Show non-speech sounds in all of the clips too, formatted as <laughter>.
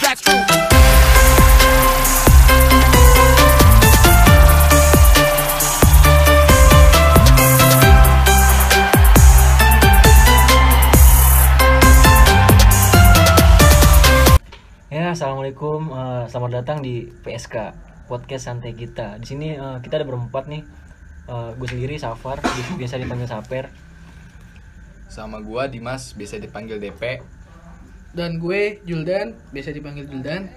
back through. Ya, assalamualaikum. Eh, selamat datang di PSK Podcast Santai Kita. Di sini eh, kita ada berempat nih. Eh, gue sendiri Safar, bi- biasa dipanggil Saper. sama gua Dimas biasa dipanggil DP dan gue Juldan biasa dipanggil Juldan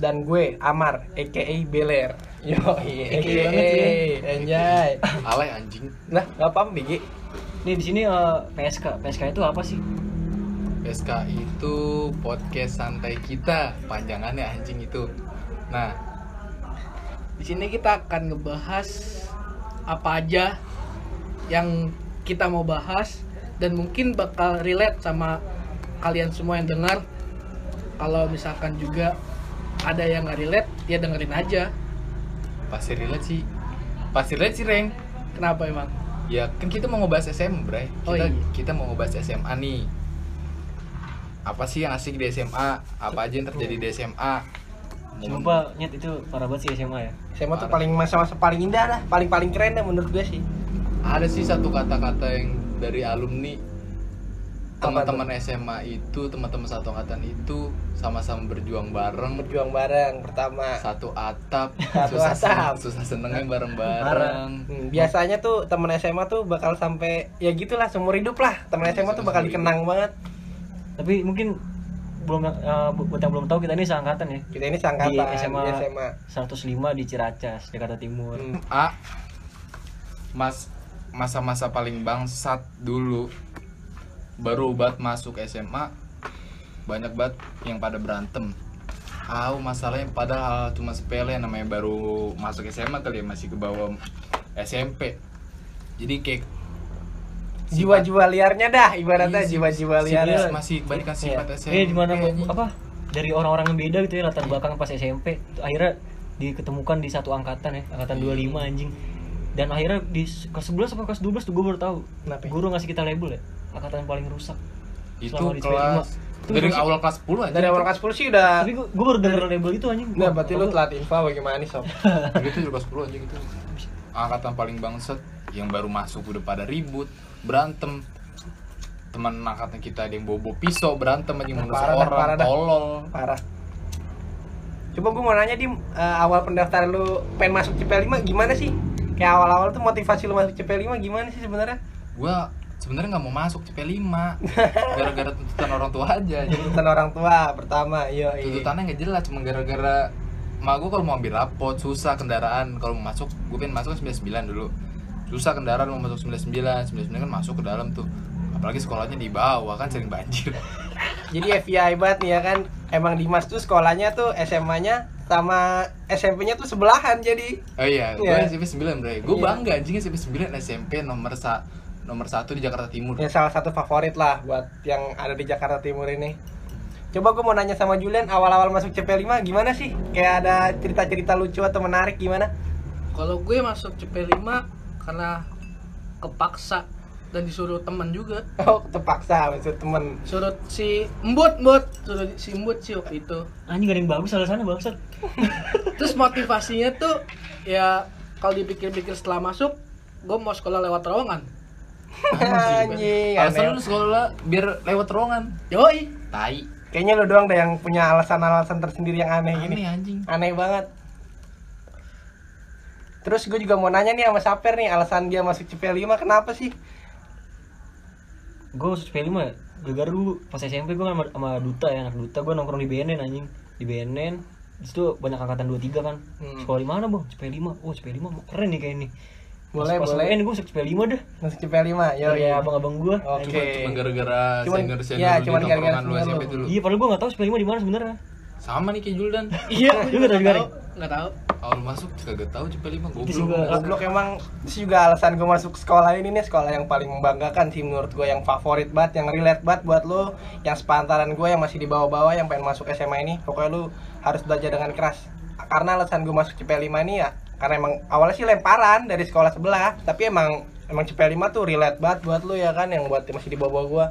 dan gue Amar aka Beler yo AKA iya banget sih. anjay alay anjing nah gak apa-apa BG Nih di sini eh, PSK. PSK itu apa sih? PSK itu podcast santai kita panjangannya anjing itu nah di sini kita akan ngebahas apa aja yang kita mau bahas dan mungkin bakal relate sama kalian semua yang dengar kalau misalkan juga ada yang nggak relate ya dengerin aja pasti relate sih pasti relate sih Reng kenapa emang ya kan kita mau ngebahas SMA bray kita, Oh, iya. kita mau ngebahas SMA nih apa sih yang asik di SMA apa aja yang terjadi di SMA Sumpah, nyet itu parah banget sih SMA ya. SMA tuh Parah. paling masa-masa paling indah lah paling paling keren dah menurut gue sih ada sih satu kata-kata yang dari alumni Apa teman-teman SMA itu teman-teman satu angkatan itu sama-sama berjuang bareng berjuang bareng pertama satu atap Satu susah sen- atap. susah senengnya bareng-bareng Hmm, biasanya tuh temen SMA tuh bakal sampai ya gitulah seumur hidup lah temen SMA tuh bakal dikenang banget Tapi mungkin belum eh, bu- buat yang belum tahu kita ini seangkatan ya. kita ini sangkatan Di SMA. di SMA. 105 di Ciracas, Jakarta Timur. Hmm. A mas masa-masa paling bangsat dulu baru banget masuk SMA banyak banget yang pada berantem tahu masalahnya padahal cuma sepele namanya baru masuk SMA kali ya masih ke bawah SMP jadi kayak jiwa-jiwa liarnya dah Iya, ibaratnya si- jiwa-jiwa si- liarnya si- masih kebanyakan sifat SMP Ini Iya. di mana anjing. apa? Dari orang-orang yang beda gitu ya latar belakang pas SMP akhirnya diketemukan di satu angkatan ya, Iya. angkatan 25 anjing. Dan akhirnya di s- kelas 11 apa kelas 12 tuh gue baru tahu. Kenapa ya? Guru ngasih kita label ya, angkatan paling rusak. itu Selama di kelas SMA. Itu dari masih- awal kelas 10 aja dari awal kelas 10 sih udah Tapi gue, baru denger label itu anjing. Nah, Ah. berarti lu Apa- telat info bagaimana nih, Sob? Jadi itu dari kelas 10 anjing itu angkatan paling bangset yang baru masuk udah pada ribut berantem teman angkatan kita ada yang bobo pisau berantem anjing Nah, menurut parah dah, parah orang dah. tolol Parah. Coba gue mau nanya di awal pendaftaran lu pengen masuk CP5 gimana sih? Kayak awal-awal tuh motivasi lu masuk CP5 gimana sih sebenarnya? gua sebenarnya nggak mau masuk CP5 gara-gara tuntutan orang tua aja anjing. Tuntutan orang tua pertama, iya. iya. tuntutannya nggak jelas cuma gara-gara mak gua kalau mau ambil rapot susah kendaraan kalau mau masuk gue pengen masuk 99 dulu susah kendaraan mau masuk 99 99 kan masuk ke dalam tuh apalagi sekolahnya di bawah kan sering banjir Jadi FBI banget nih ya kan. Emang Dimas tuh sekolahnya tuh SMA-nya sama SMP-nya tuh sebelahan jadi. Oh iya, gue Iya. SMP 9 bre. Gue Iya. bangga anjing SMP 9 SMP nomor sa nomor satu di Jakarta Timur. Ya salah satu favorit lah buat yang ada di Jakarta Timur ini. Coba gue mau nanya sama Julian awal-awal masuk CP5 gimana sih? Kayak ada cerita-cerita lucu atau menarik gimana? <laughs> kalau gue masuk CP5 karena kepaksa dan disuruh temen juga Oh, terpaksa maksud temen suruh si embut embut suruh si embut sih waktu itu Anjing gak ada yang bagus alasannya bangsat. terus motivasinya tuh ya kalau dipikir-pikir setelah masuk gue mau sekolah lewat terowongan Anjing, Alasan aneh. lu sekolah biar lewat terowongan. yoi Tai. Kayaknya lo doang deh yang punya alasan-alasan tersendiri yang aneh gini. Aneh anjing. Aneh banget. Terus gue juga mau nanya nih sama Saper nih, alasan dia masuk CP5 kenapa sih? Gue masuk CP5 ya. Gara-gara dulu pas SMP gue sama, sama Duta ya, anak Duta gue nongkrong di BNN anjing. Di BNN. Di situ banyak angkatan 23 kan. Hmm. Sekolah di mana, Bang? CP5. Oh, CP5 keren nih kayak ini. Boleh, boleh. Iya, UN gue masuk CP5 dah. Masuk CP5, yo Dari abang-abang gue. Oke. Cuma, cuma gara-gara Cuman- senior iya, senior di cuman gara-gara tongkrongan lu senior SMP lu. dulu. Iya, padahal gue gak tau CP5 di mana <laughs> sebenarnya. Sama nih kayak Juldan. iya Lu nggak tahu juga, Rik? nggak tahu Awal masuk kagak tahu CP5 sih goblok. gua- Goblok ya. emang sih juga alasan gue masuk sekolah ini nih sekolah yang paling membanggakan sih menurut gue yang favorit banget yang relate banget buat lo yang sepantaran gue yang masih di bawah-bawah yang pengen masuk SMA ini pokoknya lu harus belajar dengan keras karena alasan gue masuk CP5 ini ya karena emang awalnya sih lemparan dari sekolah sebelah tapi emang emang CP5 tuh relate banget buat lu ya kan yang buat yang masih di bawah-bawah gue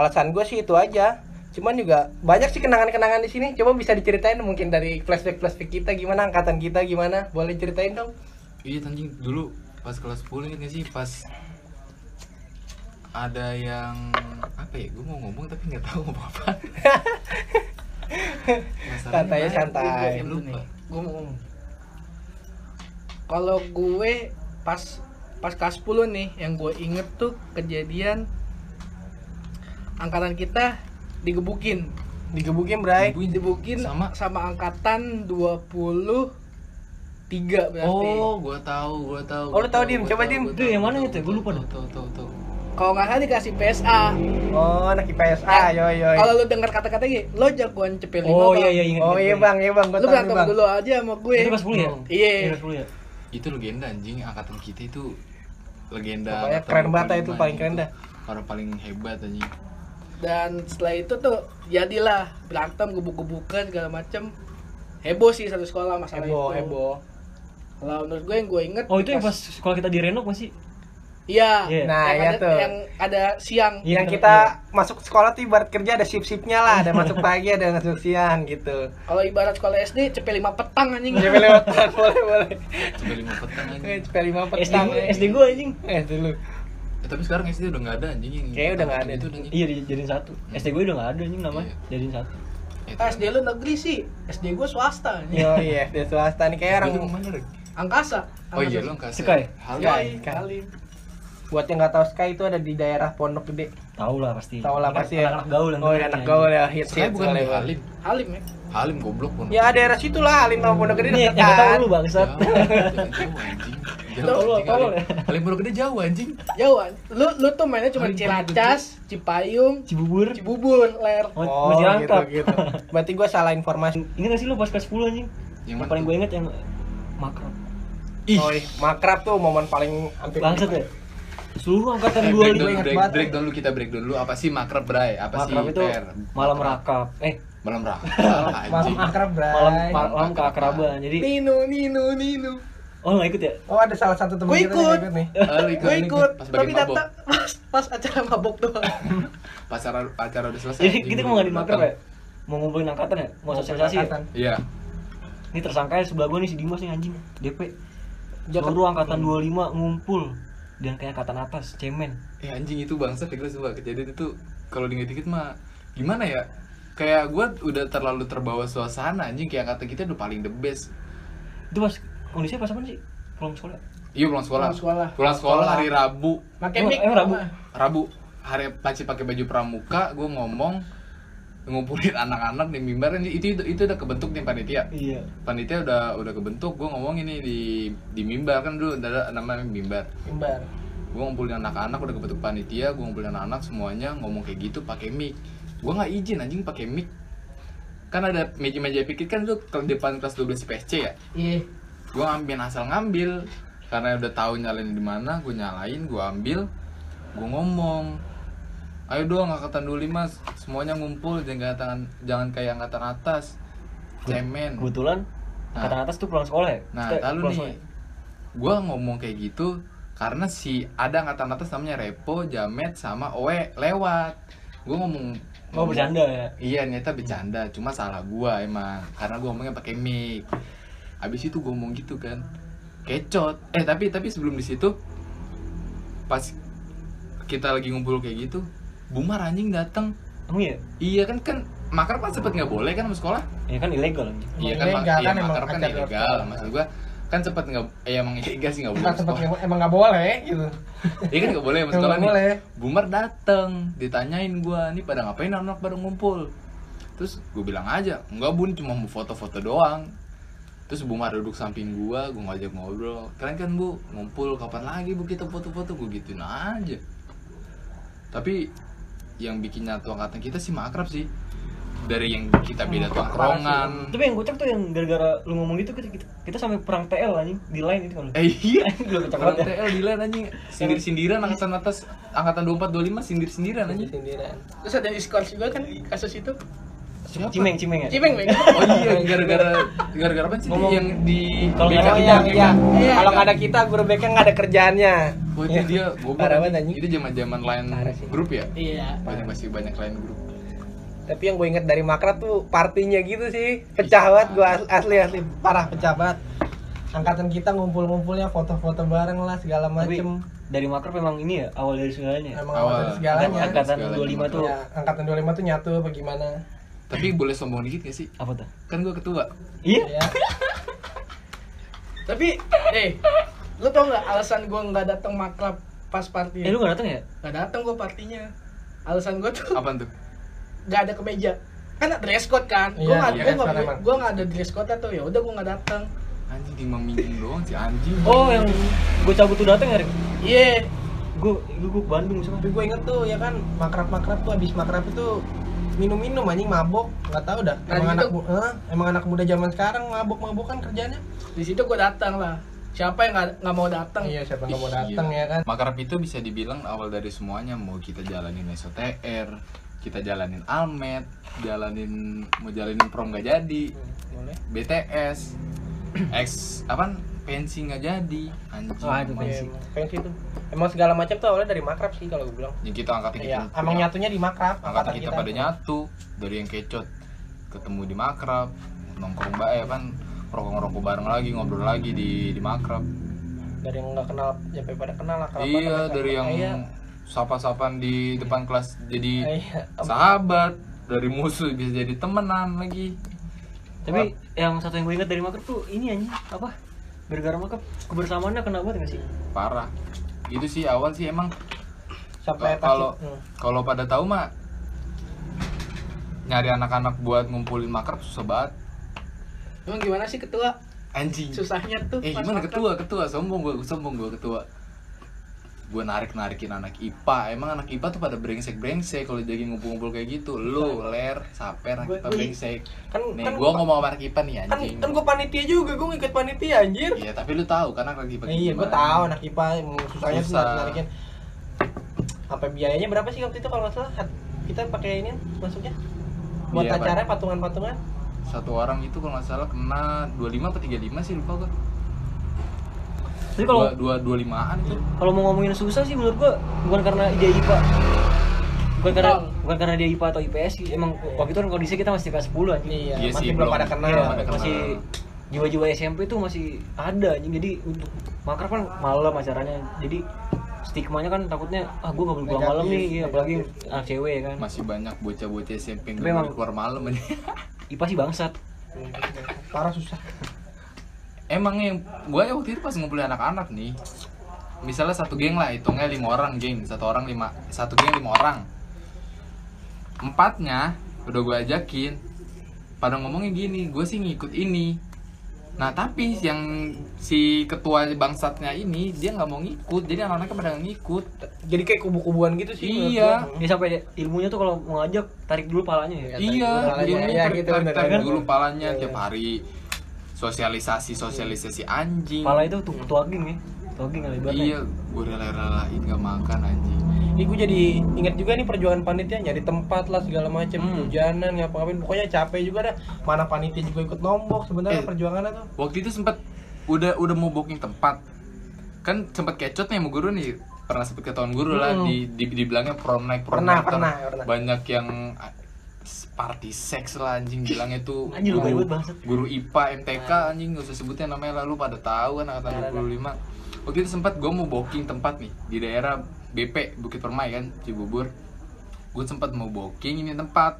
alasan gue sih itu aja Cuman juga banyak sih kenangan-kenangan di sini. Coba bisa diceritain mungkin dari flashback-flashback kita gimana angkatan kita gimana? Boleh ceritain dong. Iya anjing dulu pas kelas 10 inget gak sih pas ada yang apa ya gue mau ngomong tapi nggak tahu mau <laughs> apa. Santai santai. Iya, lupa. Gue mau ngomong. Kalau gue pas pas kelas 10 nih yang gue inget tuh kejadian angkatan kita digebukin Digebukin, Bray. Ibuin. digebukin sama sama sama angkatan 23 berarti Oh, gua tahu, gua tahu. Oh, gua lu tahu, tahu, Dim. gua Coba, tahu, Dim. gua Itu tahu, yang gua mana tahu, itu ya? gua Gua tahu, lupa tahu, dah. tahu, tahu, tahu. kalau nggak salah dikasih PSA Oh, anak IPS. Ah, Eh, yo yo. kalau lu dengar kata-kata gini lo jagoan cepet lima Oh Bang. iya iya ingat. Oh ingat, iya, ingat. Bang, iya, Bang. Gua lu tahu nih, berantem Bang. dulu aja sama gue Itu kelas 10 ya? iya Iya, kelas 10 ya. Itu legenda anjing angkatan kita itu legenda. Pokoknya angkatan keren banget 25 itu, paling keren dah. Orang paling hebat anjing. dan setelah itu tuh jadilah berantem gebuk-gebukan segala macem heboh sih satu sekolah masalah Heboh, itu heboh. kalau menurut gue yang gue inget Oh itu yang pas sekolah kita di Renok masih. iya Iya. Nah, yang, iya ada, tuh. yang ada siang Iya, yang bener, kita masuk sekolah tuh ibarat kerja ada shift-shiftnya lah, ada masuk pagi, ada masuk siang gitu. kalau ibarat sekolah SD cepet lima petang anjing Iya. Boleh lewat, boleh boleh. Coba lima petang Eh, anjing. Cepet lima SD petang. gua, eh. SD gua anjing. Eh, dulu. Eh, tapi sekarang SD udah nggak ada anjing yang. Kayaknya udah nggak ada. Itu anjing. Iya dijadiin satu. SD gua udah nggak ada anjing Iya. namanya. Jadiin satu. Eh, Ah, SD lu negeri sih SD gue swasta anjing. Yo iya, dia swasta nih kayak Lu orang kemana, Rek? angkasa Oh iya lu Angkasa. angkasa. ya? Sky. Halo. Sky. Yoi, kali buat yang nggak tahu Sky itu ada di daerah Pondok Gede. Tahu lah pasti. Tahu lah pasti ya. Iya, Anak-anak gaul yang Oh, dengerin, anak anjing. gaul ya hits Sky hits bukan boleh, di boleh. Halim. Halim ya Halim goblok pondok. Ya daerah situ lah Halim sama Pondok Gede kan. Ini Iya, yang nggak tahu lu deketan. bangsat. Jauh anjing. Tolol, Jauh anjing. tolol Halim. ya. Halim pondok gede jauh anjing. jauhan lu lu tuh mainnya cuma Halim, Cilacas Cipayung <laughs> Cibubur. Cibubur ler Oh, Oh, masih gitu angkat. gitu. Berarti gua salah informasi. Ingat gak sih lu pas kelas 10 anjing? Yang Yang, mana paling tuh? gue inget yang makrab. Ih. Oh, iya. makrab tuh momen paling hampir Bangsat ya. Seluruh Eh, angkatan gua break gue dulu, inget break, banget. eh. break dulu kita break dulu apa sih makrab bray apa Makrab sih itu PR? malam rakap. Eh, malam rakal malam anjing makrab, Bray. malam malam keakraban. Jadi Nino Nino Nino oh nggak ikut ya? Oh, ada salah satu teman Gua kita yang ikut. ikut nih. Eh, Lalu gue ikut pas tapi bagian mabok datang pas pas acara mabok <laughs> doang pas acara, acara udah selesai Jadi anjing, kita baru mau ngadain makrab datang. ya? Mau ngumpulin angkatan ya? Mau sosialisasi ya? Angkatan. iya Ini tersangkanya sebelah gue nih si Dimas nih anjing DP Jakarta- Seluruh angkatan 25 ngumpul Dan kayak angkatan atas, cemen eh anjing itu bangsat ya gue suka kejadian itu kalau dikit-dikit mah gimana ya kayak gue udah terlalu terbawa suasana anjing kayak kata kita udah paling the best Itu pas kondisinya pas apa sih? Pulang sekolah iya pulang sekolah Pulang sekolah. pulang sekolah hari Rabu pakai Emang- mic emang Rabu? sama. Rabu hari paci pakai baju pramuka gue ngomong ngumpulin <laughs> anak-anak di mimbar ini- itu itu, itu udah kebentuk nih panitia Iya panitia udah udah kebentuk gue ngomong ini di di mimbar kan dulu ada namanya mimbar Imbar. gue ngumpulin anak-anak udah kebentuk panitia gue ngumpulin anak-anak semuanya ngomong kayak gitu pakai mic gue nggak izin anjing pakai mic kan ada meja-meja pikir kan tuh ke depan kelas 12 PSC ya iya gue ngambil asal ngambil karena udah tahu nyalain di mana gue nyalain gue ambil gue ngomong ayo dong angkatan 25 semuanya ngumpul jangan tangan jangan kayak angkatan atas cemen Kebetulan angkatan atas tuh pulang sekolah ya? Nah, Kita lalu pulang nih, sekolah. gue ngomong kayak gitu karena si ada angkatan atas namanya Repo, Jamet, sama Owe lewat. Gue ngomong Mau bercanda ya? Iya, ternyata bercanda, cuma salah gua emang karena gua ngomongnya pakai mic. Habis itu gua ngomong gitu kan. Kecot. Eh, tapi tapi sebelum di situ pas kita lagi ngumpul kayak gitu, Bumar anjing datang. Emang iya? Iya kan kan makar kan sempet nggak boleh kan sama sekolah? Ya kan ilegal anjing Iya kan, Emang mak- ilegal iya kan emang makar kan acara ilegal. sekolah. Maksud gua kan sempet nggak, eh, emang ilegal sih nggak boleh. Bukan sempat sekolah. emang nggak boleh gitu. Iya kan nggak boleh sama Emang sekolah nggak nih. boleh. Boomer dateng, ditanyain gua nih pada ngapain anak pada ngumpul. Terus gue bilang aja, enggak bun cuma mau foto-foto doang. Terus Bumar duduk samping gua, gua ngajak ngobrol. Keren kan bu, ngumpul kapan lagi bu kita foto-foto gue gituin aja. Tapi yang bikin nyatu angkatan kita sih makrab sih. Dari yang kita beda tongkrongan. <laughs> Tapi yang kocak tuh yang gara-gara lu ngomong gitu kita, kita, kita sampai perang TL anjing Di line itu kan Eh iya, Anjing <laughs> gua kocak Orang banget ya TL di LAN anjing Sindir-sindiran angkatan atas Angkatan 24-25 sindir-sindiran anjing Sindiran. terus ada diskors juga kan kasus itu Siapa? Cimeng, cimeng ya? cimeng Bang. Oh iya, gara-gara gara-gara apa sih Ngomong. yang di Kalau BK? nggak Oh iya, iya. Iya. Kalau nggak ada kita guru BK nggak ada kerjaannya. Iya. Wah Oh, itu dia goblok Parah anjing. banget, anjing. Itu zaman-zaman lain Parah sih. grup ya? iya Banyak masih banyak lain grup. tapi yang gue inget dari Makra tuh partinya gitu sih pecah banget gue as- asli asli parah pecah banget angkatan kita ngumpul-ngumpulnya foto-foto bareng lah segala Tapi macem dari makro memang ini ya awal dari segalanya. emang Awal. awal dari segalanya Angkat- angkatan Segalanya. 25 tuh ya, angkatan 25 tuh nyatu apa gimana Tapi boleh sombong dikit gak sih? apa tuh? Kan gua ketua. Iya. ya Tapi, eh, lu tau nggak alasan gue nggak datang maklab pas partinya? Eh lu gak datang ya? Nggak datang gue partinya. Alasan gue tuh <laughs> Apaan tuh? nggak ada kemeja. Kan ada dress code kan? Gue Iya, nggak, gue iya, dress nggak, code emang. gue nggak ada dress code tuh. Ya udah gue nggak datang. Anjing di minjem doang sih anjing. Oh yang gue cabut tuh datang ya? Iya. Gue gue ke Bandung sama. tapi gue inget tuh ya kan makrab-makrab tuh abis makrab itu minum-minum anjing mabok nggak tahu dah Nah, emang itu- anak mu- eh, emang anak muda zaman sekarang mabok-mabok kan kerjanya Di situ gue datang lah. Siapa yang nggak nggak mau datang? iya siapa nggak Ih, mau gila. datang ya kan Makrab itu bisa dibilang awal dari semuanya mau kita jalanin SOTR, kita jalanin Almet, jalanin mau jalanin prom gak jadi, Hmm, boleh BTS, X apaan? Pensi gak jadi, anjing. Waduh, pensi. Iya, emang. pensi tuh emang segala macam tuh awalnya dari makrab sih kalau gue bilang Yang kita angkat kita, Iya, emang nyatunya di makrab gitu. angkatan kita, pada nyatu dari yang kecot ketemu di makrab nongkrong bae kan rokok rokok bareng lagi ngobrol lagi di di makrab dari yang nggak kenal ya, sampai pada kenal lah kerabat iya sampai dari kenal. yang iya sapa-sapan di depan kelas jadi Iya. sahabat dari musuh bisa jadi temenan lagi Tapi yang satu yang gue ingat dari makro tuh ini anjing apa? Bergara makro kebersamaannya kena banget gak sih? parah itu sih awal sih emang sampai Kalau- kalau- pasti- hmm. kalau pada tahu mah nyari anak-anak buat ngumpulin makrab susah banget Emang gimana sih ketua? anjing Susahnya tuh. Eh pas gimana makrab. ketua ketua sombong gua sombong gua ketua Gua narik narikin anak IPA emang anak IPA tuh pada brengsek brengsek kalau jadi ngumpul-ngumpul kayak gitu lu ler saper anak Gua- IPA gua- brengsek kan nih kan gua ngomong sama anak IPA nih kan, anjing kan gue panitia juga gue ngikut panitia anjir iya tapi lu tahu kan anak IPA Eh, iya gue gimana. tahu anak ipa emang susahnya tuh Susah. narikin sampai biayanya berapa sih waktu itu kalau nggak salah Hat- kita pakai ini masuknya buat Biaya apa? acara patungan-patungan satu orang itu kalau nggak salah kena 25 apa 35 sih lupa gua Tapi kalau Iya. dua dua limaan itu kalau mau ngomongin susah sih menurut gua bukan karena dia IPA bukan karena Betul. bukan karena dia IPA atau IPS sih. emang waktu itu kan kondisi kita masih kelas 10 anjing iya, Iya masih sih, belum belum- pada kenal belum lah. pada kenal. masih jiwa-jiwa SMP itu masih ada anjing jadi untuk makrab kan malam acaranya jadi stigmanya kan takutnya ah gua nggak boleh pulang malam nih Negatif, Iya, apalagi anak cewek ya kan masih banyak bocah-bocah SMP Tapi yang nggak emang- boleh keluar malam aja <laughs> IPA sih bangsat parah susah Emangnya yang gua ya waktu itu pas ngumpulin anak-anak nih. Misalnya satu geng lah, hitungnya lima orang geng, satu orang lima, satu geng lima orang. Empatnya udah gua ajakin, pada ngomongnya gini, gue sih ngikut ini. Nah tapi yang si ketua bangsatnya ini dia nggak mau ngikut, jadi anak-anaknya pada nggak ngikut. jadi kayak kubu-kubuan gitu sih menurut Iya. gua. ya sampai dia- ilmunya tuh kalau mau ngajak tarik dulu palanya ya tarik iya, dulu palanya, dulu iya, tarik- gitu, tarik- bener, tarik bener. dulu palanya Iya, tiap iya. hari sosialisasi sosialisasi anjing. pala itu tuh ketua geng ya ketua geng kali ibaratnya. Iya, gue rela-relain gak makan anjing. Ini gue jadi inget juga nih perjuangan panitia nyari tempat lah segala macam Hmm. hujanan ngapa-ngapain pokoknya capek juga dah mana panitia juga ikut nombok sebenarnya Eh. perjuangannya tuh waktu itu sempat udah udah mau booking tempat kan sempat kecot nih sama guru nih pernah sempet ketahuan guru lah Hmm. di, di dibilangnya prom night prom Pernah, night, ter- pernah, pernah. banyak yang ah, party sex lah anjing bilangnya tuh <laughs> Anjing, lu guru- gabut banget. Ah. guru IPA MTK anjing gak usah sebutin namanya lalu pada tahu kan angkatan 25 waktu itu sempat gue mau booking tempat nih di daerah BP Bukit Permai kan Cibubur gue sempat mau booking ini tempat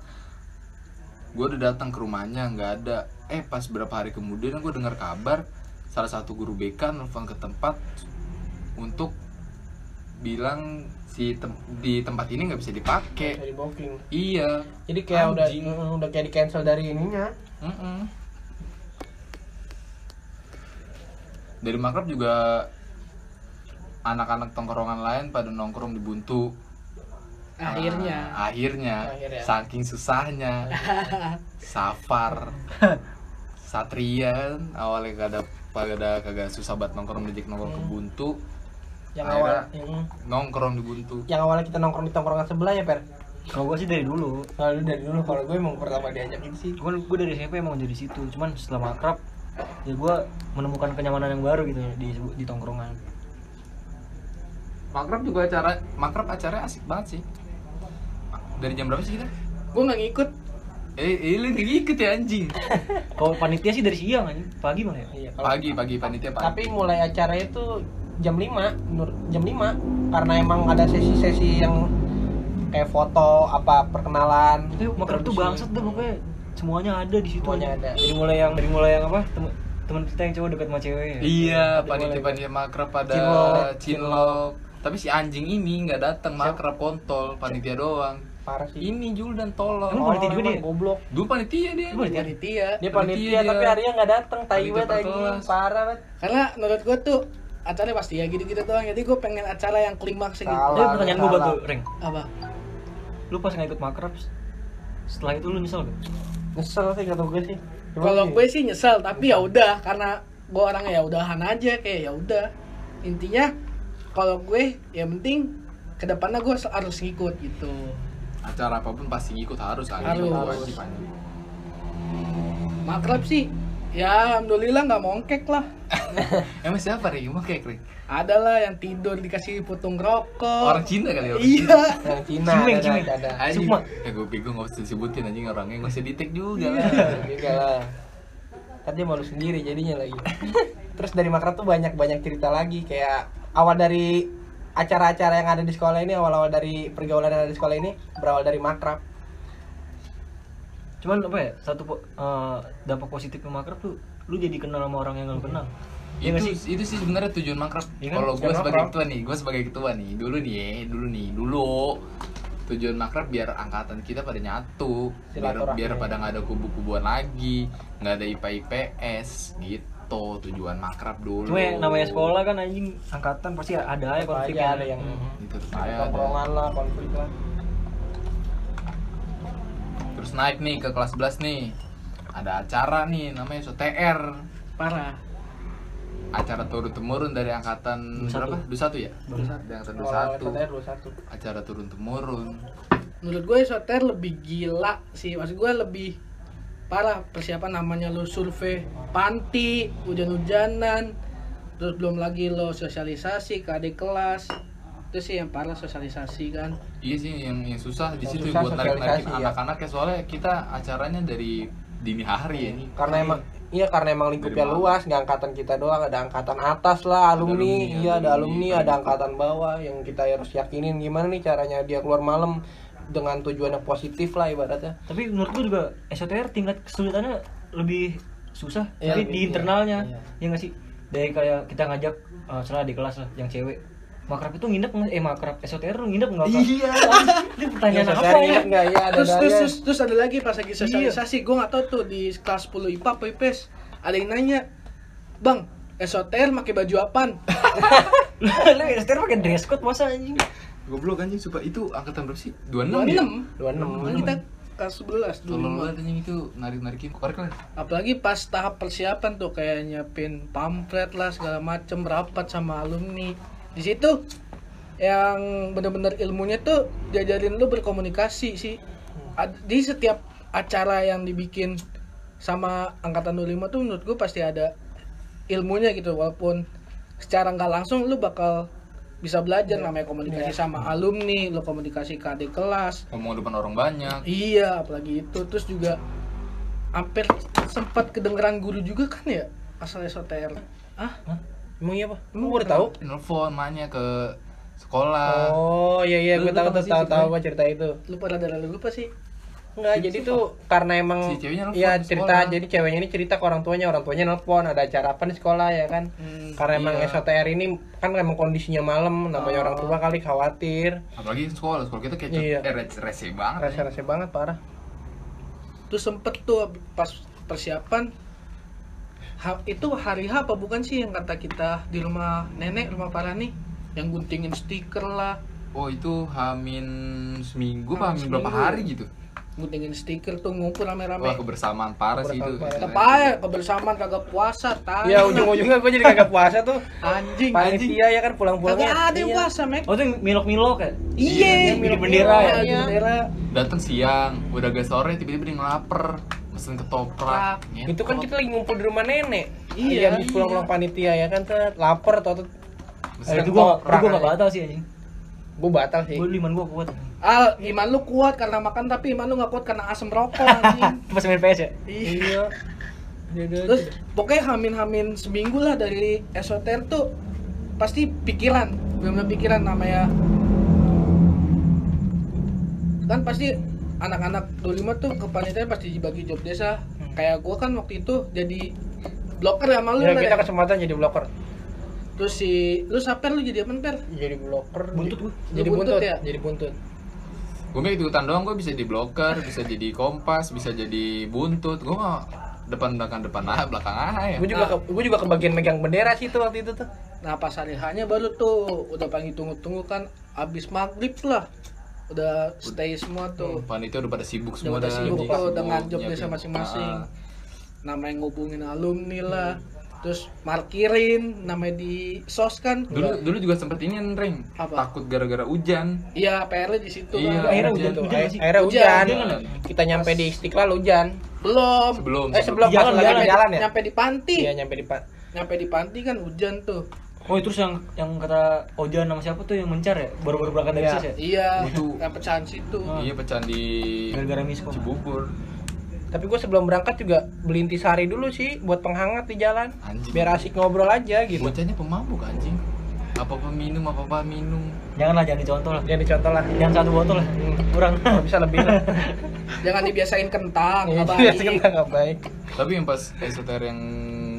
gue udah datang ke rumahnya nggak ada eh pas berapa hari kemudian gue dengar kabar salah satu guru BK nelfon ke tempat untuk bilang si tem- di tempat ini nggak bisa dipakai dari booking iya jadi kayak udah Anjing. mm, udah kayak di cancel dari ininya Mm-mm. dari makrab juga anak-anak tongkrongan lain pada nongkrong di buntu Akhirnya. Ah, akhirnya, Akhirnya. saking susahnya Safar Satrian awalnya kagak kagak kagak susah banget nongkrong di nongkrong ke Buntu yang awal Akhirnya- yang, nongkrong di Buntu yang awalnya kita nongkrong di tongkrongan sebelah ya per kalau gua sih dari dulu kalau lu dari dulu kalau gue emang pertama diajakin gitu sih gue gue dari SMP emang jadi situ cuman setelah makrab ya gue menemukan kenyamanan yang baru gitu di di tongkrongan Makrab juga acara Makrab acaranya asik banget sih dari jam berapa sih kita? gue nggak ngikut Eh, eh lu ngikut ya anjing. Kalau panitia sih dari siang anjing, pagi malah ya. Iya, kalau- Pagi pagi panitia pagi. tapi mulai acara itu jam 5 menurut jam 5 karena emang ada sesi-sesi yang kayak foto apa perkenalan Iya, Itu makrab tuh introduksi. bangsat dah pokoknya semuanya ada di situ Iya, Semuanya anjing. ada. Dari mulai yang dari mulai yang apa? tem- Teman kita yang cowok dekat sama cewek ya. Iya, panitia-panitia makrab pada Cinlok, cinlok. cinlok. Tapi si anjing ini nggak datang makrab kontol, panitia doang. parah sih Oh, Ini Juldan tolong. Emang panitia juga emang dia? goblok Dulu panitia dia. Lu panitia? panitia dia Panitia panitia dia. tapi harinya nggak dateng tai Panitia banget anjing perkelas. parah banget karena menurut gue tuh acaranya pasti ya gitu-gitu doang jadi gue pengen acara yang klimaksnya gitu Salah. Tapi pertanyaan gue buat Salah. lu, Reng. apa Lu pas nggak ikut makrab setelah itu lu nyesel gak? nyesel sih kata gue sih Cuma kalau sih, gue sih nyesel tapi ya udah karena gue orangnya ya udahan aja kayak ya udah intinya kalau gue yang penting kedepannya gue harus ngikut gitu Acara apapun pasti ngikut harus kan? anjing. Harus. Itu wajib, anjing. makrab sih ya alhamdulillah nggak mongkek lah Emang siapa Rik? Emang kayak Rik? ada lah yang tidur dikasih putung Orang rokok Cina kali ya, orang Cina. Oh. iya yang ya, Cina Cimeng, ada, cimeng. ada, ada. Anjing. Cuma- Ya gue bingung nggak usah disebutin anjing orangnya nggak usah di-tag juga. juga lah kan dia malu sendiri jadinya lagi <laughs> terus dari makrab tuh banyak banyak cerita lagi kayak awal dari acara-acara yang ada di sekolah ini awal-awal dari pergaulan yang ada di sekolah ini berawal dari makrab Cuman apa ya? Satu po- eh, dampak positifnya makrab tuh lu jadi kenal sama orang yang gak lu kenal. Iya nggak itu sih? itu sih sebenarnya tujuan mangkraf Iya kan? kalau gue Tujuan sebagai mangkraf. ketua nih gue sebagai ketua nih dulu nih ya dulu nih dulu tujuan makrab biar angkatan kita pada nyatu biar Silaturahmi. ya. biar pada nggak ada kubu-kubuan lagi nggak ada ipa ips gitu tujuan makrab dulu Cuma yang namanya sekolah kan anjing angkatan pasti ada aja konfliknya. ada yang Hmm. itu ada saya ada. tongkrongan lah konflik lah terus naik nih ke kelas 11 nih ada acara nih namanya SOTR parah acara turun temurun dari angkatan 21. berapa? 21 ya? Baru satu. Dari angkatan awal-awal 21 dua satu acara turun temurun menurut gue soter lebih gila sih maksud gue lebih parah persiapan namanya lo survei panti hujan-hujanan terus belum lagi lo sosialisasi ke adik kelas itu sih yang parah sosialisasi kan Iya sih yang, yang susah di Yang situ susah buat narik narikin sosialisasi, ya. anak-anak ya soalnya kita acaranya dari dini hari ya ini. karena emang iya karena emang lingkupnya Dari luas nggak angkatan kita doang ada angkatan atas lah alumni alumni, iya ada alumni, alumni kan. ada angkatan bawah yang kita harus yakinin gimana nih caranya dia keluar malam dengan tujuan yang positif lah ibaratnya Tapi menurut gua juga SOTR tingkat kesulitannya lebih susah Iya, tapi lebih- di iya, internalnya. iya. Ya nggak sih? Dari kayak kita ngajak eh, misalnya di kelas lah yang cewek. Makrab itu nginep nggak? eh makrab SOTR lu nginep enggak? Iya. <laughs> Ini pertanyaan Iya, apa sosial ya? <laughs> ingat nggak? Iya, ada Iya. terus terus, dalil. terus terus ada lagi pas lagi sosialisasi gue nggak tahu tuh di kelas 10 IPA apa IPS ada yang nanya bang SOTR pakai baju apaan Lu SOTR pakai dress code masa anjing? Goblok anjing sumpah itu angkatan berapa sih? 26 ya? 26 dua enam Kan kita kelas 11 Tolong 25 banget anjing itu narik-narikin keluar kelas. apalagi pas tahap persiapan tuh kayak nyiapin pamflet lah segala macem rapat sama alumni di situ yang bener-bener ilmunya tuh diajarin lu berkomunikasi sih Ad- di setiap acara yang dibikin sama angkatan 25 tuh menurut gue pasti ada ilmunya gitu walaupun secara nggak langsung lu bakal bisa belajar namanya komunikasi sama alumni lu komunikasi ke adik kelas Ngomong depan orang banyak. Iya, apalagi itu terus juga hampir sempat kedengeran guru juga kan ya asal SOTR. Ah, emang iya pak emang gue udah tahu Nelfon emaknya ke sekolah. oh iya iya Lu- gue lu tahu tahu tuh sih tahu tahu ceritanya? gue cerita itu lu pada ada lagu apa sih? Enggak, jadi tuh karena emang Si ceweknya nelfon ya di cerita sekolah. jadi ceweknya ini cerita ke orang tuanya, orang tuanya nelpon ada acara apa di sekolah ya kan. Hmm, karena emang iya. SOTR ini kan emang kondisinya malam, namanya orang tua kali khawatir. Apalagi sekolah, sekolah kita kayak Iya. eh, res- rese banget. Rese-rese banget parah. Terus sempet tuh pas persiapan ha- itu hari H apa bukan sih yang kata kita di rumah nenek rumah Parani yang guntingin stiker lah Oh itu hamin seminggu apa Hamin hamin berapa seminggu. hari gitu? guntingin stiker tuh ngumpul Wah rame-rame kebersamaan parah sih itu. Kebersamaan parah. tetap aja kebersamaan kagak puasa Iya, tai Ya ujung-ujungnya gue jadi kagak puasa tuh. anjing Panitia ya kan pulang-pulangnya. kagak ada yang Iya. puasa mek Oh itu yang milok-milok ya? iya Yang bikin bendera ya? Iya, bendera Datang siang, udah agak sore tiba-tiba dia ngelaper, mesen ketoprak. Itu kan ngetot. kita lagi ngumpul di rumah nenek. Iya, Iya, habis pulang-pulang panitia ya kan set, lapar tuh Mesen Eh, itu gua, Perang itu gua gak aja. Iya. batal sih anjing Gue batal sih. Gue liman gue kuat. Al, Ah, iman lu kuat karena makan tapi iman lu nggak kuat karena asam rokok anjing. <laughs> Pas main PS ya? Iya. Terus Terus pokoknya hamin-hamin seminggu lah dari esoter tuh pasti pikiran, benar-benar pikiran namanya. Kan pasti anak-anak 25 tuh kepanitiaan pasti dibagi job desa. Hmm. Kayak gua kan waktu itu jadi bloker sama lu. Ya, Ler, kita ya? kesempatan jadi bloker. Terus si lu saper lu jadi apa per? Jadi bloker. buntut gue. Jadi Lu buntut buntut, ya? jadi buntut. gue mah ikutan doang gue bisa di bloker bisa jadi kompas bisa jadi buntut gue mah depan belakang depan ah belakang ah ya Gue juga ke, gue juga kebagian megang bendera sih tuh waktu itu tuh. Nah pas hari hanya baru tuh udah panggil tunggu-tunggu kan abis maghrib lah udah stay semua tuh panitia udah pada sibuk udah Hmm. semua pada dah, sibuk anjing. tuh dengan Sibuk job nyiapin. desa masing-masing Ah, namanya ngubungin alumni lah terus markirin namanya di sos kan dulu dulu juga sempet ini ring Apa? takut gara-gara hujan iya PR di situ Iya. kan Akhirnya hujan. hujan tuh. Hujan sih? Akhirnya Hujan. hujan. Hujan. Kita nyampe di Istiqlal hujan. belum sebelum Eh sebelum pas Jalan, lagi jalan. jalan, jalan ya. nyampe di panti Iya nyampe di Pak. nyampe di panti kan hujan tuh Oh terus yang yang kata Ojan sama siapa tuh yang mencar ya? Baru-baru berangkat dari Iya. SIS ya? iya Itu. yang pecahan situ iya pecahan di Gara-gara miskom. Cibubur Tapi gue sebelum berangkat juga beli intisari dulu sih buat penghangat di jalan. anjing Biar asik ngobrol aja Iya. gitu. bocahnya pemabuk anjing apa peminum apa apa minum Janganlah jangan dicontoh lah. Jangan dicontoh lah. Jangan satu botol lah. Kurang. <laughs> Kalau bisa lebih lah. jangan dibiasain kentang Iya, apa jadi kita nggak baik. tapi yang pas esoter yang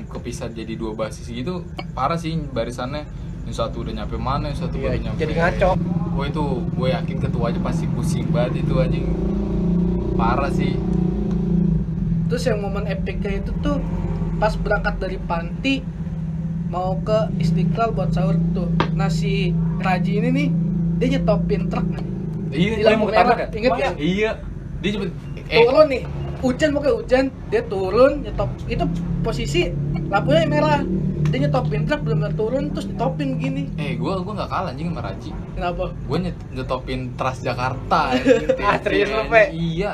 kepisah jadi dua basis gitu parah sih barisannya yang satu udah nyampe mana yang satu Iya, baru nyampe jadi ngaco. gue itu gue yakin ketuanya pasti pusing banget itu anjing parah sih Terus yang momen epicnya itu tuh pas berangkat dari panti mau ke Istiqlal buat sahur tuh. Nah si Raji ini nih dia nyetopin truk nih. iya Di lampu mau merah, ketabrak ya? inget ya? iya dia cuma eh Turun nih, hujan mau kayak hujan, dia turun nyetop. Itu posisi lampunya merah. Dia nyetopin truk belum turun terus ditopin gini. eh gue gue nggak kalah anjing sama Raji Kenapa? gue nyet nyetopin <laughs> Transjakarta anjing, Ah, TNC, serius lu, anjing. Pe? <laughs> iya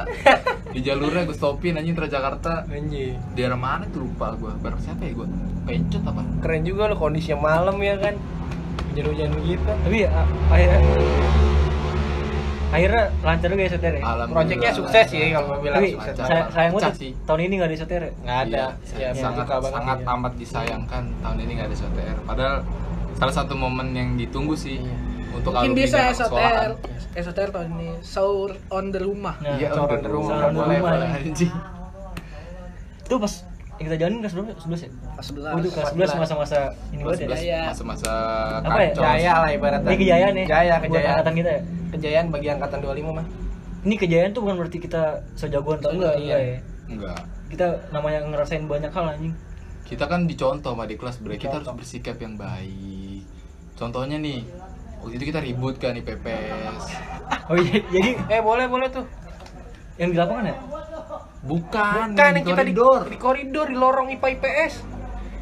di jalurnya gue stopin anjing Transjakarta Anjir. daerah mana tuh lupa gue bareng siapa ya gue pencet apa Keren juga lo kondisinya malam ya kan. gitu. Hujan-hujan begitu. Tapi ya a- akhirnya akhirnya lancar juga ya SOTR ya. Alhamdulillah. Proyeknya sukses sih kalau gue bilang Tapi sukses. lancar. saya, sayang gue Pecah sih. tahun ini nggak ada SOTR ya. Nggak Iya, ada. Ya, sangat berduka banget sangat ya. amat disayangkan tahun ini nggak ada SOTR. Padahal salah satu momen yang ditunggu sih Iya. untuk Mungkin alumni bisa dan sekolahan. SOTR. SOTR tahun ini sahur on the rumah. Nah, Iya, Sahur udah di dulu. rumah. Iya, Sahur di Boleh, rumah, boleh. anjing. Itu pas yang kita jalanin kelas berapa? 11 ya? Pas Oh, itu 11. kelas 11 masa-masa ini banget Kelas ya. 11, iya. Jaya. Masa-masa Apa ya? kacau. Jaya lah ibaratnya. Ini kejayaan ya. Jaya buat kejayaan. angkatan kita ya. Kejayaan bagi angkatan 25 mah. Ini kejayaan tuh bukan berarti kita sejagoan atau enggak, Iya. enggak ya. Enggak. Kita namanya ngerasain banyak hal anjing. Kita kan dicontoh sama di kelas bre, Iya. kita harus Dicontoh. bersikap yang baik. Contohnya nih, waktu itu kita ribut kan di PPS. Oh iya, jadi Eh boleh boleh tuh. yang di lapangan ya? Bukan, Bukan Kan, yang kita di koridor. di koridor di lorong IPA IPS.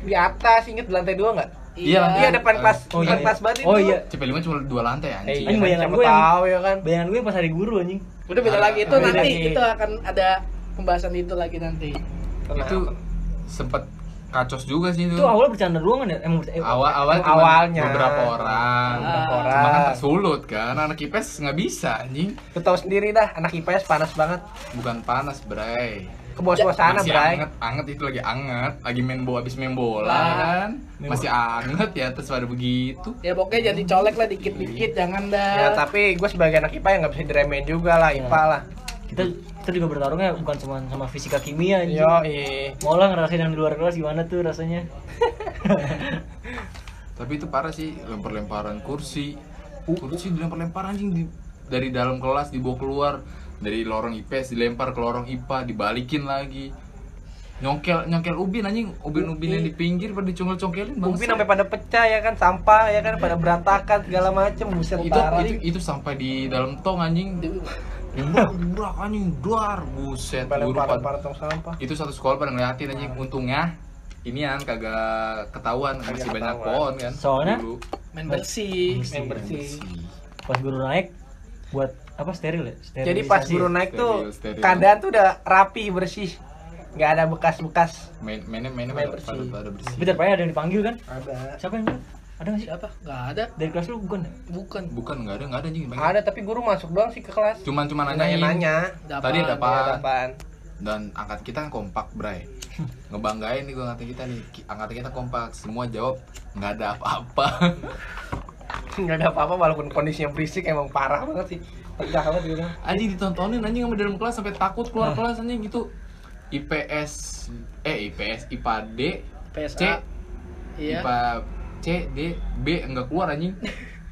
Di atas inget di lantai dua nggak? Iya, Iya depan Eh, kelas Oh iya. depan kelas banget Oh itu. iya. CP5 cuma dua lantai Eh, anjing. iya, bayangan siapa gue yang- tahu ya kan. Bayangan gue pas hari guru anjing. Udah beda lagi itu Beda nanti sih. itu akan ada pembahasan itu lagi nanti. Itu sempet kacos juga sih itu. Hmm. Itu awalnya bercanda doang kan ya? Emang bercanda. awal awal Emang cuman awalnya. beberapa orang Beberapa Cuma orang. kan tersulut kan anak IPS nggak bisa anjing Lu tahu sendiri dah anak IPS panas banget. bukan panas bray Ke bawah Ya, suasana masih bray. anget anget itu lagi anget lagi main bola abis main bola Lah. kan Main masih anget ya terus pada begitu Ya pokoknya jadi colek lah dikit-dikit jangan dah. Iya. Ya tapi gue sebagai anak IPA yang ya nggak bisa diremehin juga lah IPA lah. Kita kita juga bertarungnya bukan cuma sama fisika kimia anjing. Yo Mau lah ngerasain yang di luar kelas gimana tuh rasanya? tapi itu parah sih lempar lemparan kursi Uh, kursi dilempar lempar anjing di- dari dalam kelas dibawa keluar dari lorong IPS dilempar ke lorong IPA dibalikin lagi nyongkel nyongkel ubin anjing ubin ubin yang di pinggir pada congkel congkelin Ubin sampai pada pecah ya kan sampah ya kan pada berantakan segala macem buset itu, parah. itu itu sampai di dalam tong anjing Nembak, nembak anjing duar buset Sampai Nah. guru lempar-lempar pad- tong sampah. itu satu sekolah pada ngeliatin anjing untungnya ini an kagak ketahuan masih banyak ketahuan. pohon kan Soalnya? dulu main bersih. Main bersih. Pas guru naik buat apa steril ya? Sterilisasi. Jadi pas guru naik Steril, tuh steril. keadaan tuh udah rapi bersih, nggak ada bekas-bekas. main mainnya mainnya Main pada, bersih. pada, pada bersih Bentar Pak ya ada yang dipanggil kan? Ada. Siapa yang? Ada nggak sih? siapa nggak ada Dari kelas lu bukan? ya? bukan Bukan nggak ada nggak ada anjing. Bang. Ada tapi guru masuk doang sih ke kelas. Cuman cuman nanyain. Nanya-nanya. Tadi ada Iya, ada apaan? apaan? <laughs> Dan angkat kita kan kompak, Bray. Ngebanggain nih gua angkatan kita nih. Ki- Angkatan kita kompak. Semua jawab nggak ada apa-apa. <laughs> Nggak ada apa-apa walaupun kondisinya berisik emang parah banget sih. Pecah banget gitu. anjing ditontonin anjing sama di dalam kelas sampai takut keluar Nah. kelas anjing gitu. IPS eh IPS IPA D C PSA iya IPA C D B enggak keluar <laughs> anjing.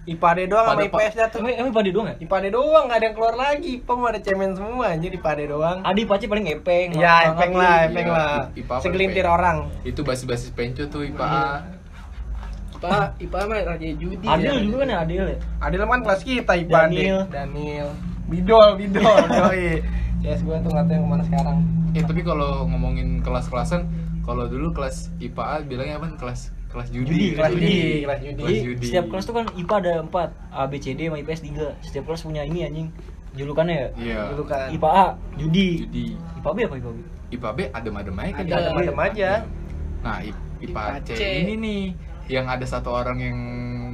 IPA D doang sama Pada pa- IPS dah tuh. Emang emang Pade doang ya? IPA D doang nggak ada yang keluar lagi. Pem ada cemen semua anjir IPA D doang. Adi Paci paling epeng. Ya, empeng Iya, lah, empeng lah. IPA apa Segelintir IPA? orang. Itu basis-basis penco tuh IPA. A. IPA IPA mah raja judi Adil Iya. ya. juga kan ya Adil ya? Adil kan kelas kita IPA D. Daniel. Daniel. Bidol, Bidol. Yoi. CS gua tuh nggak tahu yang kemana sekarang. Eh tapi kalau ngomongin kelas-kelasan, kalau dulu kelas IPA A bilangnya apa? Kelas kelas judi. Kelas gitu. judi, kelas judi. Kelas Jadi judi. setiap kelas tuh kan IPA ada 4, A, B, C, D sama IPS 3. Setiap kelas punya ini anjing. Julukannya ya? Iya. Dulu kan. IPA A, judi. Judi. IPA B apa IPA B? IPA B adem-adem aja kan. Ada. Adem-adem aja. Nah, I- IPA, IPA C, C. ini nih yang ada satu orang yang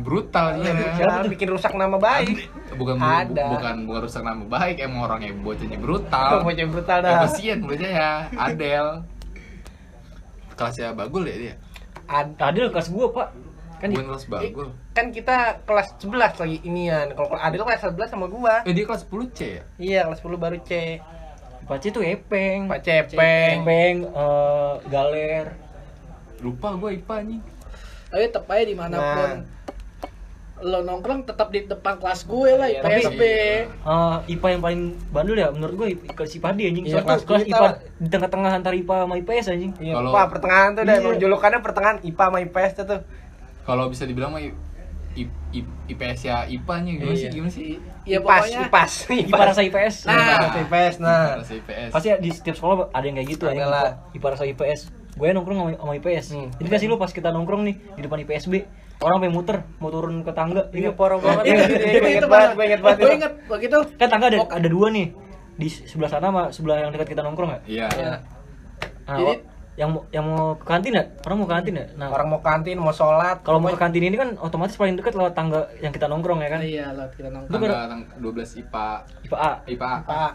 brutal ya. Jangan bikin rusak nama baik. Bukan bu- Iya, Ada. bu- bukan bukan rusak nama baik, emang orangnya bocahnya brutal. Kalau bocah brutal Ya, dah. kasihan bocahnya, Adel. Kelasnya bagul ya dia. Ad- Adil kelas gua, Pak. Kan di- Bukan kelas bagul. kan kita kelas 11 lagi inian. Kalau kalau Adil kelas 11 sama gua. Eh dia kelas 10 C ya? Iya, kelas 10 baru C. IPA C tuh epeng. Pak Cepeng. Epeng, eh, galer. Lupa gua IPA nih. tapi tetap aja dimanapun Nah. lo nongkrong tetap di depan kelas gue lah Iya, IPS tapi- B Eh, IPA yang paling bandel ya menurut gua I- kelas IPA D anjing. Iya, Soalnya kelas tuh kelas kita IPA lah. di tengah-tengah antara IPA sama IPS anjing. Iya, Kalau- Pak, pertengahan tuh udah Iya. emang julukannya pertengahan IPA sama IPS tuh. tuh. Kalau bisa dibilang mah I- I- I- IPS ya IPA-nya gimana sih? Iya. Gimana sih? Iya, ya IPAS, pokoknya IPAS, IPA rasa IPS. Nah. Rasa IPS, nah. Rasa IPS. Pasti ya? di setiap sekolah ada yang kayak gitu Ada anjing. lah. IPA, IPA rasa IPS. Gue nongkrong sama, sama IPS. Hmm. Jadi kasih kan lu pas kita nongkrong nih di depan IPSB, orang pengen muter, mau turun ke tangga. Iya. Iya, poro banget. <laughs> Iya, Iya, itu Gue inget itu banget, malah. gue inget banget. Gue itu. inget begitu. Kan tangga ada Oh, ada dua nih. Di sebelah sana sama sebelah yang dekat kita nongkrong ya. Iya. Nah, Jadi- o- yang mau yang mau ke kantin ya? Orang mau ke kantin ya? Nah, Orang mau kantin, mau sholat, kalau mau ke kantin ini kan otomatis paling dekat lewat tangga yang kita nongkrong ya kan. Iya lah kita nongkrong. Tanggal tang- 12 IPA IPA A. IPA A. Pak.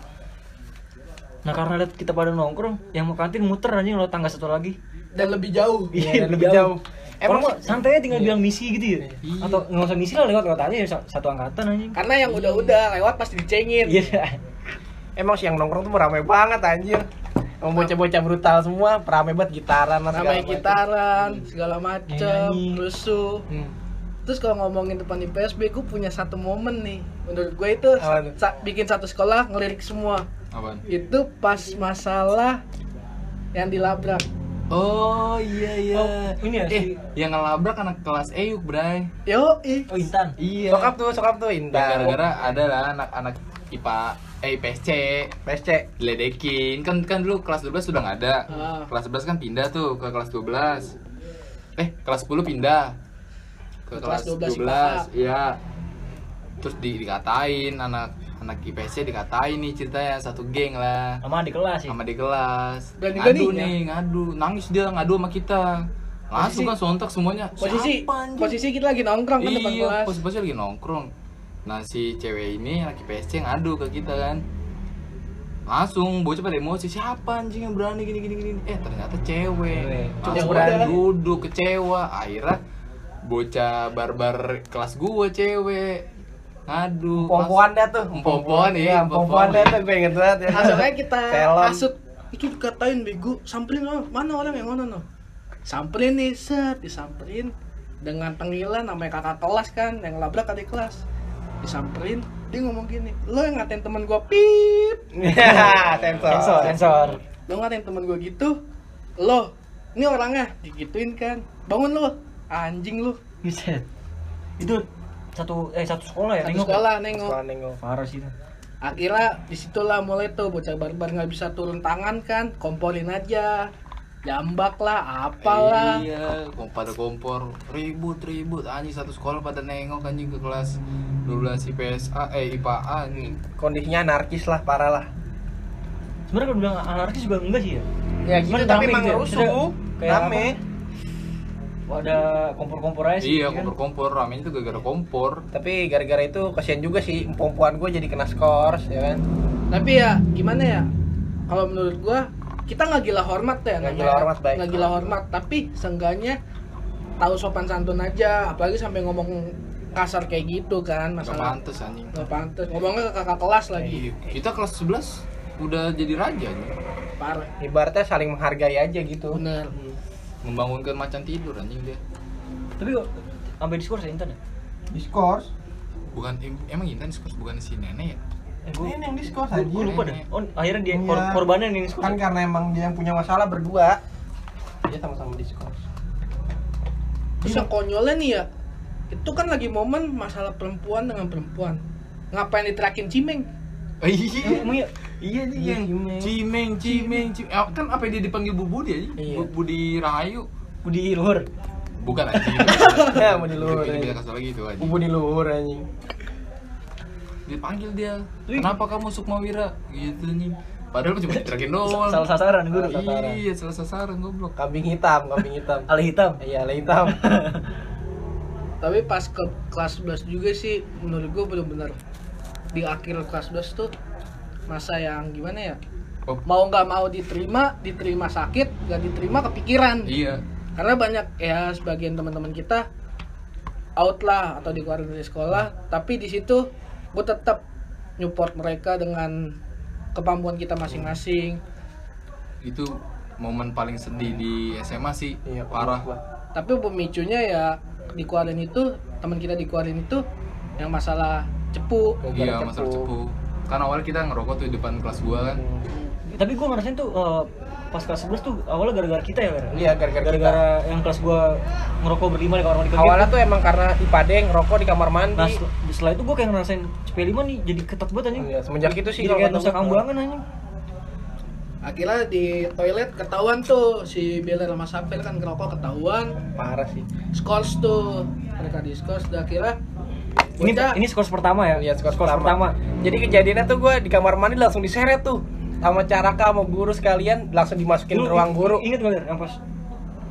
Nah, karena lihat kita pada nongkrong, yang mau kantin muter anjing lewat tangga satu lagi. Dan lebih jauh. Iya, lebih jauh. Emang Emang mau santai aja tinggal bilang misi gitu ya. Atau nggak usah misi lah lewat lewat aja sa- satu angkatan anjing. Karena yang udah-udah lewat pasti dicengin. Iya. emang siang nongkrong tuh rame banget anjir. Emang bocah-bocah brutal semua, rame banget gitaran lah segala Namanya macam. gitaran, segala macem, Nyanyi. rusuh. Hmm. Terus kalau ngomongin depan IPSB, gue punya satu momen nih. Menurut gue itu Apa tuh? sa- bikin satu sekolah ngelirik semua. Apaan? Itu pas masalah yang dilabrak. Oh iya iya. Oh, ini ya, eh, si- yang ngelabrak anak kelas Eyuk, Bray. Yo, ih. Oh, Intan. Iya. Sokap tuh, sokap tuh indah. Gara-gara ada lah anak-anak IPA eh IPSC PSC. diledekin. Kan kan dulu kelas 12 sudah nggak ada. Ah. Kelas 11 kan pindah tuh ke kelas 12. Eh, kelas 10 pindah Ke kelas 12 Iya. Terus di, dikatain anak anak IPSC dikatain nih ceritanya satu geng lah. Sama di kelas ya. sama di kelas Berani ngadu beraninya. nih ngadu nangis dia ngadu sama kita langsung ya? Posisi- kan sontak semuanya Posisi Siapa anjing? posisi kita lagi nongkrong kan depan iya kelas. posisi posisi lagi nongkrong nah si cewek ini laki PSC ngadu ke kita kan langsung bocah pada emosi siapa anjing yang berani gini gini gini eh ternyata Cewek. cewek Yang langsung berani. duduk kecewa akhirnya bocah barbar kelas gue cewek ngadu Pompoan dah tuh. Empompoan, iya, empompoan. Pompoan dah tuh gue inget banget ya. Langsung aja <laughs> kita Telon. masuk. Itu dikatain bego, samperin oh, mana orang yang ngono no. Samperin nih, set, disamperin dengan tenggilan namanya kakak kelas kan yang labrak adik kelas. Disamperin, dia ngomong gini, "Lo yang ngatain temen gua pip." Hahaha, sensor. Sensor, sensor. lo ngatain temen gue gitu lo ini orangnya digituin kan bangun lo anjing lo Buset. Itu satu eh satu sekolah ya satu nengok. sekolah Sekolah nengok nengok. Parah sih itu. akhirnya disitulah mulai tuh bocah barbar nggak bisa turun tangan kan komporin aja jambak lah apalah Iya, kom- pada kompor ribut-ribut anjing satu sekolah pada nengok anjing ke kelas 12 IPSA eh IPA anjing. Kondisinya anarkis lah, parah lah. Sebenarnya kalau bilang anarkis juga enggak sih ya. Ya gitu, Cuman tapi rame emang gitu ya, rusuh. maksudnya kayak Rame. apa? ada kompor-kompor aja sih Iya, kan? kompor-kompor, ramenya itu gara-gara kompor. Tapi gara-gara itu kasihan juga sih perempuan gue jadi kena skors ya kan. tapi ya gimana ya kalau menurut gua kita nggak gila hormat ya Nggak namanya. gila hormat, baik. nggak gila hormat tapi seenggaknya tahu sopan santun aja apalagi sampai ngomong kasar kayak gitu kan Gak masalah pantas anjing. nggak pantas ngomongnya ke kakak kelas lagi Iya. Kita kelas 11 udah jadi raja anjing. parah Ibaratnya saling menghargai aja gitu. bener Membangunkan macan tidur anjing dia. tapi sampai diskurs ya Intan ya Diskors. Bukan em- emang Intan diskurs bukan si nenek ya? eh, Ini gue yang diskors aja. gue lupa dah oh akhirnya dia Iya. kor- korbannya yang diskurs Kan karena emang dia yang punya masalah berdua. Dia sama-sama diskors. terus yang konyolnya nih ya itu kan lagi momen masalah perempuan dengan perempuan ngapain diterakin cimeng Eh, Iya. emang iya Iya nih Iya, yang Cimeng. Cimeng, Cimeng, Cimeng. Eh, Kan apa dia dipanggil Bu Budi aja? Iya. Bu Budi Rahayu. Budi Luhur Bukan anjing. Ya, mau di Ini luhur, anjing. beda kasus lagi itu anjing. Bubu di luhur anjing. Dipanggil dia. Ih. Kenapa kamu Sukmawira? Gitu nih. Padahal cuma diterakin doang. salah sasaran guru Salah sasaran. Iya, salah sasaran goblok. Kambing hitam, kambing <laughs> hitam. alih hitam Iya, ala hitam. <laughs> tapi pas ke kelas 11 juga sih menurut gue bener-bener di akhir kelas 11 tuh masa yang gimana ya Oh. mau nggak mau diterima diterima sakit nggak diterima kepikiran Iya. karena banyak ya sebagian teman-teman kita out lah atau dikeluarin dari sekolah tapi di situ gue tetap support mereka dengan kemampuan kita masing-masing Itu momen paling sedih di SMA sih. parah. Iya, gua. tapi pemicunya ya dikeluarin itu teman kita dikeluarin itu yang masalah cepu Iya, masalah cepu. Kan awal kita ngerokok tuh di depan kelas gua kan. tapi gue ngerasain tuh eh, pas kelas 11 tuh awalnya gara-gara kita ya Vera? Iya, gara-gara kita. gara-gara yang kelas gue ngerokok berlima di kamar mandi kaget. Awalnya tuh emang karena Ipadeng rokok di kamar mandi. nah setel- setelah itu gue kayak ngerasain CP5 nih jadi ketat banget anjing Iya, semenjak itu sih jadi kalau kayak kata nusa gua. kambangan anjing akhirnya di toilet ketahuan tuh si Bella sama Safir kan ngerokok ketahuan Parah sih. skors tuh mereka di skors udah akhirnya ini bocah- ini skor pertama ya Iya, skor Skors pertama. pertama. Jadi kejadiannya tuh gue di kamar mandi langsung diseret tuh sama Caraka sama guru sekalian langsung dimasukin Lu ke ruang guru. Ingat gak yang pas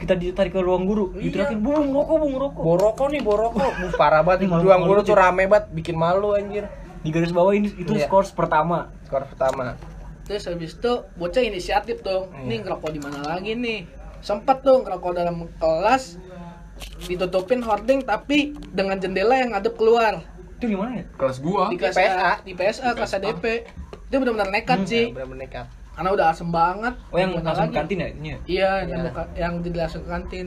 kita ditarik ke ruang guru, Iya. diterakin, "Bu, ngerokok, Bu, ngerokok." Boroko nih boroko, Bu, parah banget. Malu- Ruang guru malu, tuh Cik. rame banget, bikin malu anjir. Di garis bawah ini itu Iya. skor pertama. Skor pertama. terus habis itu bocah inisiatif dong Iya. nih ngerokok di mana lagi nih sempet tuh ngerokok dalam kelas ditutupin hording tapi dengan jendela yang ngadep keluar Itu gimana ya? Kelas gua. di Oh, Di kelas PSA. di PSA kelas PSA. ADP itu benar-benar nekat sih Ya, bener-bener nekat. karena udah asem banget Oh, yang Mau kemana langsung lagi? ke kantin ya? Ini ya? Iya, Iya. yang, buka- yang dilangsung ke kantin.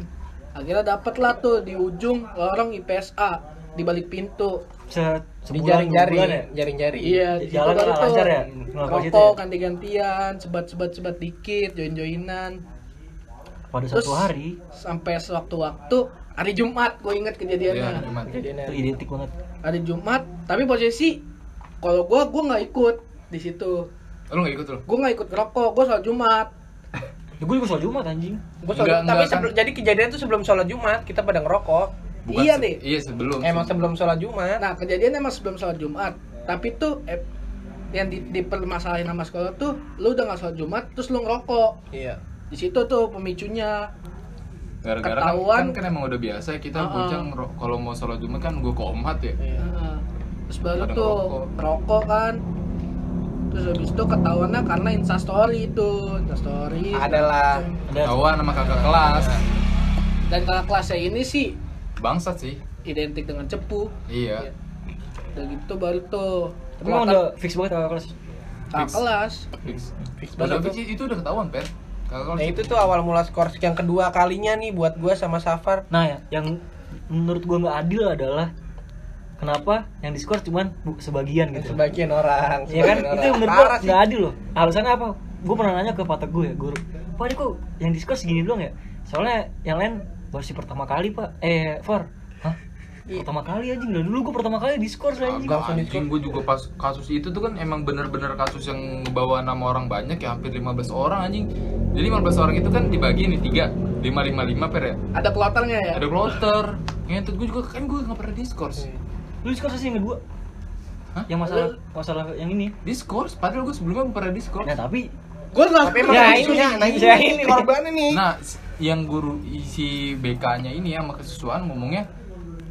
Akhirnya dapet lah tuh di ujung lorong IPSA di balik pintu. Se Di sebulan, jaring-jari, dua bulan ya? jaring-jari. Iya, di situ Jalan baru nggak tuh lancar ya? Ngerokok situ Ngerokok ya? ganti-gantian, sebat-sebat-sebat dikit, join-joinan. Pada Terus- satu hari Sampai sewaktu-waktu hari Jumat, gue inget Iya, kejadiannya. cuman. Kejadiannya. itu identik banget. Hari Jumat, tapi posisi kalau gue gue nggak ikut di situ. Lu enggak ikut lu? Gue nggak ikut ngerokok, gue sholat Jumat. Ya, gue juga soal Jumat anjing. Gua sholat- Enggak, tapi enggak, sebelum jadi kejadian tuh sebelum sholat Jumat kita pada ngerokok. Iya se- deh. Iya, sebelum. Emang sebelum sholat Jumat. Nah kejadian emang sebelum sholat Jumat, tapi tuh eh, yang di, dipermasalahin sama sekolah tuh, lu udah nggak sholat Jumat, terus lu ngerokok. Iya. Di situ tuh pemicunya. gara-gara kan- ketahuan. kan, kan emang udah biasa ya, kita Uh-uh. bocah ngero- kalau mau sholat Jumat kan gua ke Omat ya. Iya. Heeh. Terus baru Pada tuh ngerokok. ngerokok kan. Terus habis itu ketahuannya karena instastory itu, instastory. Iya. Adalah Ada Ketahuan sama kakak kelas. Dan kakak kelasnya ini sih Bangsat sih. identik dengan cepu. Iya. Udah gitu baru tuh tapi emang udah fix banget kakak kelas. kakak fix. kelas. Fix. fix Udah, banget. fix, itu udah ketahuan, Per. Kakak kelas. Nah itu tuh awal mula skor yang kedua kalinya nih buat gua sama Safar. Nah, ya, yang menurut gua nggak adil adalah kenapa yang diskor cuman bu- sebagian gitu. Sebagian orang. Iya kan? sebagian Itu orang. menurut Parah gua sih. nggak adil loh. Alasannya apa? Gue pernah nanya ke patek gue ya, guru. Pak, ini kok yang diskors segini doang ya? Soalnya yang lain baru si pertama kali, Pak. Eh, Far. Hah? Iya. Pertama kali anjing. Dari dulu gue pertama kali diskors anjing. Agak anjing gue juga pas kasus itu tuh kan emang bener-bener kasus yang bawa nama orang banyak ya hampir 15 orang anjing jadi 15 orang itu kan dibagi nih tiga lima lima lima per ya Ada kloternya ya. ada Iya. kloter ngentut gue juga kan gue nggak pernah diskors Lu diskors sih inget gue. Hah? Yang masalah masalah yang ini. diskors padahal Iya. gue sebelumnya nggak pernah diskors Nah, tapi Gue nggak. Tapi emang Ya, nah, ini, ini, nah, ini, ya, ini. korbannya nih. nah s- yang guru isi BK-nya ini ya sama kesiswaan ngomongnya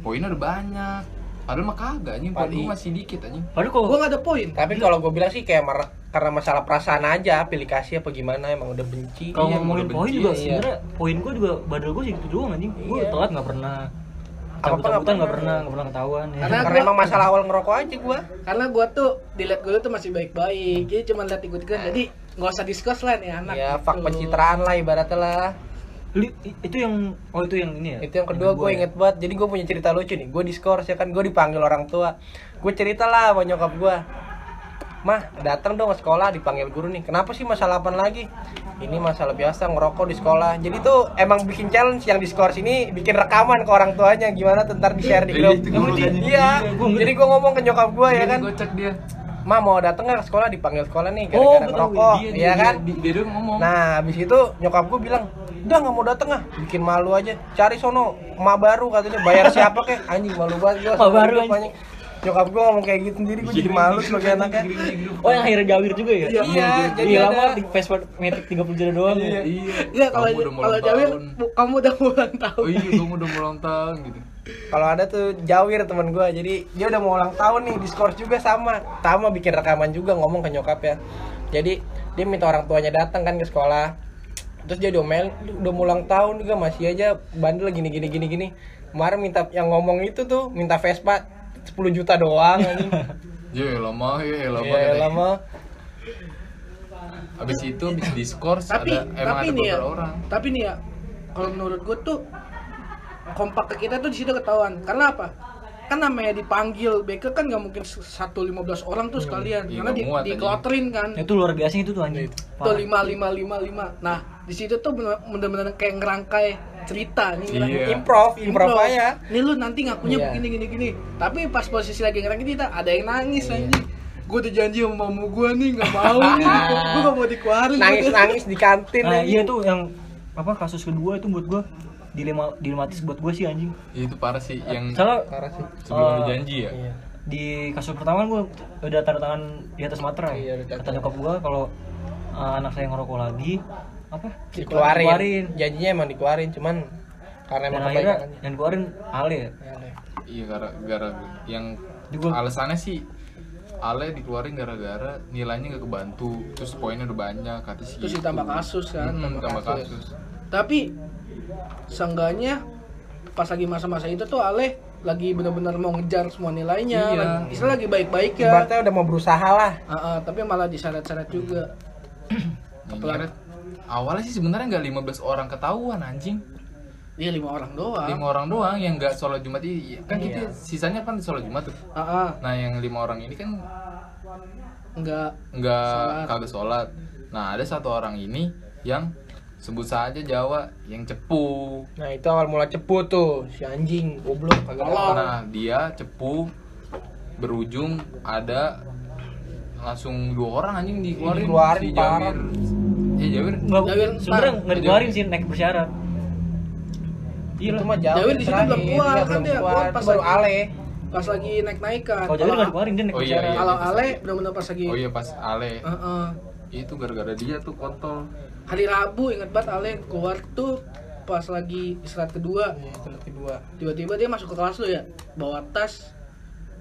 poin udah banyak padahal mah kagak anjing poin Padi. gua masih dikit anjing Padahal kalau Gua nggak ada poin. Tapi kalau gue bilang sih kayak mer- karena masalah perasaan aja, pilih kasih apa gimana emang udah benci. kalau iya, ngomongin udah poin benci, juga iya. sebenarnya poin gue juga badal gue sih gitu doang anjing gue Iya. telat nggak pernah Apa-apa cabut-cabutan nggak nggak pernah. pernah nggak pernah ketahuan ya. Karena- Karena emang masalah awal ngerokok aja gue. Karena gua tuh dilihat gue tuh masih baik-baik. Jadi cuma lihat ikut-ikutan. Jadi nggak usah diskus lah nih anak. Iya, Ya, gitu. fak pencitraan lah ibaratnya lah. Li- i- itu yang oh itu yang ini ya Itu yang kedua gue inget banget. Jadi gue punya cerita lucu nih. Gue diskors ya kan, gue dipanggil orang tua. Gue cerita lah sama nyokap gue. Mah, datang dong ke sekolah dipanggil guru nih. Kenapa sih masalah apa lagi? Ini masalah biasa ngerokok di sekolah. Jadi tuh emang bikin challenge yang diskors ini bikin rekaman ke orang tuanya gimana tentar di share Jadi di grup. itu guru tadi. Iya. Jadi gue ngomong ke nyokap gue ya kan. Ini gocek dia Ma mau dateng nggak ke sekolah dipanggil sekolah nih gara-gara betul, ngerokok, dia, dia, iya kan? dia, dia, dia ngomong Nah, habis itu nyokap gue bilang, udah nggak mau dateng ah, bikin malu aja. Cari sono, ma baru katanya, bayar siapa kek? Anjing malu banget gue. Ma baru, anjing. Nyokap gue ngomong kayak gitu sendiri, gue Iya, jadi malu sebagai anaknya. oh yang akhirnya jawir juga ya Iya, jadi iya ada- lama di Facebook metik 30 jari doang ya iya Iya kalau kamu udah mau kalau ulang Jawir tahun. bu- kamu udah mau ulang tahun. oh iya kamu udah mau ulang tahun gitu Kalau ada tuh Jawir teman gue, jadi dia udah mau ulang tahun nih, diskors juga sama, sama bikin rekaman juga ngomong ke nyokap ya. Jadi dia minta orang tuanya datang kan ke sekolah, terus dia domel udah mau ulang tahun juga masih aja bandel gini gini gini gini. Kemarin minta yang ngomong itu tuh minta Vespa 10 juta doang anjing. ya lama ya <laughs> lama Ya lama. abis itu abis diskors tapi ada emang tapi ada nih ya. beberapa orang Tapi nih ya. Kalau menurut gue tuh kompak ke kita tuh di situ ketahuan. Karena apa? Kan namanya dipanggil BK kan nggak mungkin 1 15 orang tuh sekalian. iya, Karena nggak di, muat, Iya. dikeloterin kan. Iya. itu luar biasa itu tuh Iya. anjing Tuh Parah. lima lima lima lima. Nah di situ tuh bener- bener-bener kayak ngerangkai cerita nih. Iya. ngerangkai Improv, improv aja. Nih lu nanti ngakunya Iya. begini gini gini. Tapi pas posisi lagi ngerangkai cerita ada yang nangis Iya. anjing. Gue udah janji sama mamu gue nih nggak mau <laughs> nih. Gue gak mau dikeluarin. Nangis-nangis di kantin. nah anjing. iya tuh yang apa kasus kedua itu buat gue dilema dilematis buat gue sih anjing Ya, itu parah sih yang soalnya Parah sih. sebelum eh, lu janji ya Iya. di kasus pertama gue udah tanda tangan di atas materai Iya, udah tanda kata nyokap gue kalau uh, anak saya ngerokok lagi apa Dikeluarin. Dikeluarin. Janjinya emang dikeluarin, cuman karena dan emang akhirnya kebaikan. aja. yang keluarin Ale ya? Iya. iya gara gara yang Juga. alasannya sih Ale dikeluarin gara-gara nilainya nggak kebantu terus poinnya udah banyak kata sih Terus ditambah kasus kan. hmm, tambah kasus Tapi seenggaknya pas lagi masa-masa itu tuh Ale lagi bener-bener mau ngejar semua nilainya. Iya. Lagi, istilah lagi baik-baik ya. Ibaratnya udah mau berusaha lah. Ah, ah, tapi malah diseret-seret juga. Yang nyaret, Nah, awalnya sih sebenarnya nggak 15 orang ketahuan anjing Dia lima orang doang. lima orang doang yang nggak sholat jumat Iya. i- kan kita sisanya kan sholat jumat tuh Ah, ah, nah yang lima orang ini kan nggak nggak Sholat. kagak sholat nah ada satu orang ini yang sebut saja Jawa yang cepu Nah itu awal mula cepu tuh si anjing goblok kagak Tolong. Nah, dia cepu berujung ada langsung dua orang anjing dikeluarin, Dikeluarin, si Jawir. Eh, Jawir. nggak Jawir, sebenarnya Pak. nggak dikeluarin sih naik bersyarat iya itu lah mah jauh iya, Jawir di situ belum keluar, kan dia keluar pas baru lagi- ale pas lagi naik-naikan. kalau Jawir nggak Kalau- dikeluarin dia naik Oh, iya, bersyarat iya. Kalau Ale bener-bener pas lagi Oh iya pas Ale. Ah, ah. Itu gara-gara dia tuh kontol. hari Rabu ingat banget Ale keluar tuh pas lagi istirahat kedua Iya, itu kedua tiba-tiba dia masuk ke kelas lu ya bawa tas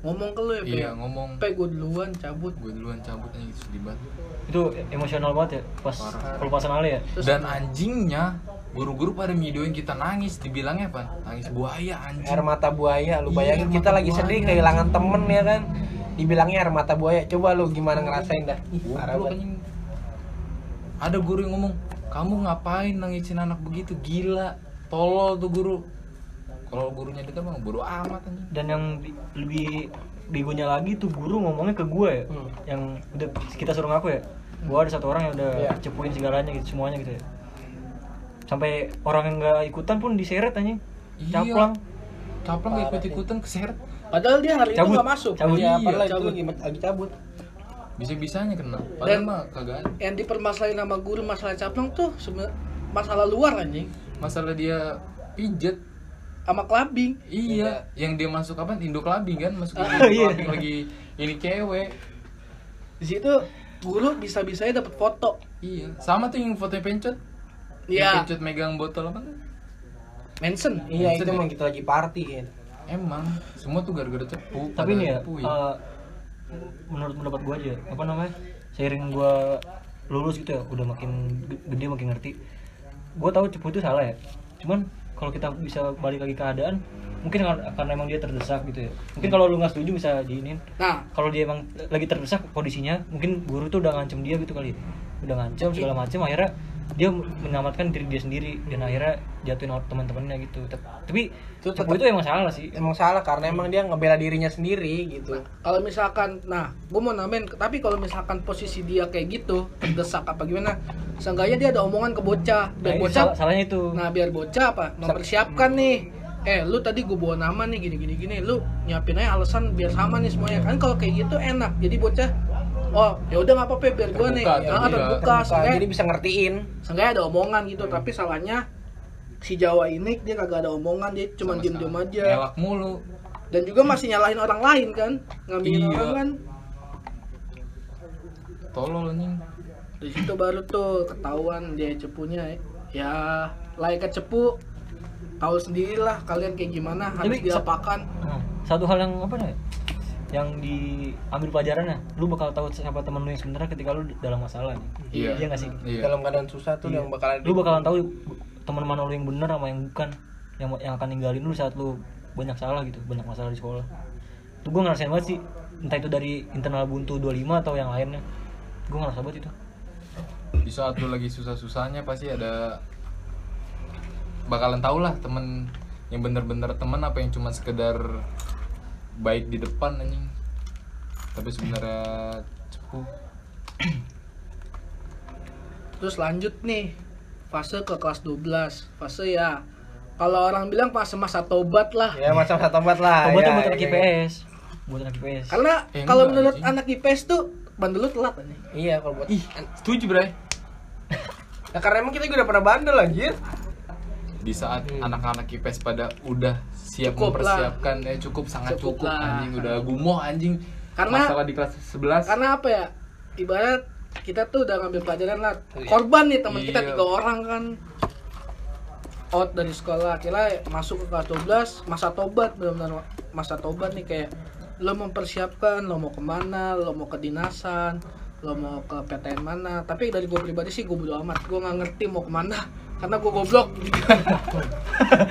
ngomong ke lu ya Iya, ngomong pe gue duluan cabut gue duluan cabut anjing sedih banget. itu emosional banget ya pas pelepasan Ale ya Terus- Dan anjingnya guru-guru pada videoin kita nangis dibilangnya apa? Nangis buaya air anjing. mata buaya lu Iya, bayangin air kita mata lagi sedih buaya. kehilangan temen ya kan dibilangnya air mata buaya coba lu gimana ngerasain dah Ih, parah Goblok, banget anjing. Ada guru yang ngomong, "Kamu ngapain nangisin anak begitu? Gila." Tolol tuh guru. Kalau gurunya denger mah bodo amat anjing. dan yang bi- lebih begonya lagi tuh guru ngomongnya ke gue ya Hmm. yang udah kita suruh ngaku ya gue ada satu orang yang udah Iya. cepuin segalanya gitu semuanya gitu ya sampai orang yang nggak ikutan pun diseret anjing Iya. caplang Caplang gak Parah ikut-ikutan keseret padahal dia hari Cabut. itu gak masuk Cabut. iya Iya, padahal itu cabut. lagi, lagi cabut Bisa-bisanya kena Dan- Padahal mah kagak ada. yang dipermasalahin sama guru masalah caplang tuh sebenar- masalah luar anjing Masalah dia pijet sama clubbing Iya Yang dia masuk apa? Indo clubbing kan Masuk Indo iya. clubbing lagi Ini cewek di situ guru bisa-bisanya dapat foto Iya Sama tuh yang fotonya pencet Iya. Dipecut megang botol apa tuh? Manson. Iya itu emang kita lagi party ya. Emang semua tuh gara-gara cepu. tapi pada ini ya cepu iya. eh, menurut pendapat gue aja apa namanya seiring gue lulus gitu ya udah makin ge- gede makin ngerti gue tahu cepu itu salah ya cuman kalau kita bisa balik lagi keadaan mungkin kar- karena emang dia terdesak gitu ya mungkin kalau lu nggak setuju bisa diinin Nah, kalau dia emang lagi terdesak kondisinya mungkin guru tuh udah ngancem dia gitu kali udah ngancem segala macem akhirnya dia menyelamatkan diri dia sendiri dan akhirnya jatuhin orang teman-temannya gitu Tep- tapi Itu cepu itu emang salah sih Emang salah karena emang dia ngebela dirinya sendiri gitu. kalau misalkan nah gue mau nambahin tapi kalau misalkan posisi dia kayak gitu terdesak apa gimana seenggaknya dia ada omongan ke bocah Nah, biar itu bocah salah- salahnya itu nah biar bocah apa mempersiapkan nih eh lu tadi gue bawa nama nih gini gini gini lu nyiapin aja alasan biar sama nih semuanya kan kalau kayak gitu enak jadi bocah oh ya udah nggak apa-apa biar gue nih Terbuka, Ah, terbuka. Hmm. terbuka, Terbuka, seenggaknya- jadi bisa ngertiin. seenggaknya ada omongan gitu tapi salahnya si Jawa ini dia kagak ada omongan dia cuma Sama diem-diem sekali. aja eh, Ngelak mulu. dan juga masih nyalahin orang lain kan ngambilin Iya. orang kan Tolol anjing. di situ baru tuh ketahuan dia cepunya ya. ya layak cepu tahu sendirilah kalian kayak gimana harus Tapi, diapakan Nah, satu hal yang apa nih yang diambil pelajarannya lu bakal tahu siapa temen lu yang sebenarnya ketika lu dalam masalah nih Iya. iya nggak sih Iya. Dalam keadaan susah tuh yang bakalan lu bakalan tahu teman mana lu yang bener sama yang bukan yang yang akan ninggalin lu saat lu banyak salah gitu banyak masalah di sekolah tuh gue ngerasain banget sih entah itu dari internal buntu 25 atau yang lainnya gue ngerasa banget itu Di saat lu lagi susah-susahnya pasti ada bakalan tau lah temen yang bener-bener temen apa yang cuma sekedar baik di depan anjing. Tapi sebenarnya cepu. terus lanjut nih fase ke kelas 12 fase ya kalau orang bilang fase masa tobat lah Ya macam satu tempat Ah, lah. obatnya ya, buat anak ya, ya. IPS buat anak IPS karena Eh, iya, kalau enggak, menurut anjing. anak IPS tuh bandel lu telat nih Iya kalau buat. Ih, setuju, Bray. Nah, karena emang kita juga udah pernah bandel anjir. Di saat Hmm. anak-anak IPS pada udah siap Cukup lah. mempersiapkan eh cukup sangat Cukup cukup, lah. anjing udah gumoh anjing. Karena- masalah di kelas 11 karena apa ya ibarat kita tuh udah ngambil pelajaran lah korban nih teman kita Oh, Iya. tiga orang kan out dari sekolah akhirnya masuk ke kelas 12 masa tobat benar-benar masa tobat nih kayak lo mempersiapkan lo mau kemana lo mau ke dinasan lo mau ke PTN mana tapi dari gue pribadi sih gue bodo amat gue nggak ngerti mau kemana <laughs> karena gue <laughs> goblok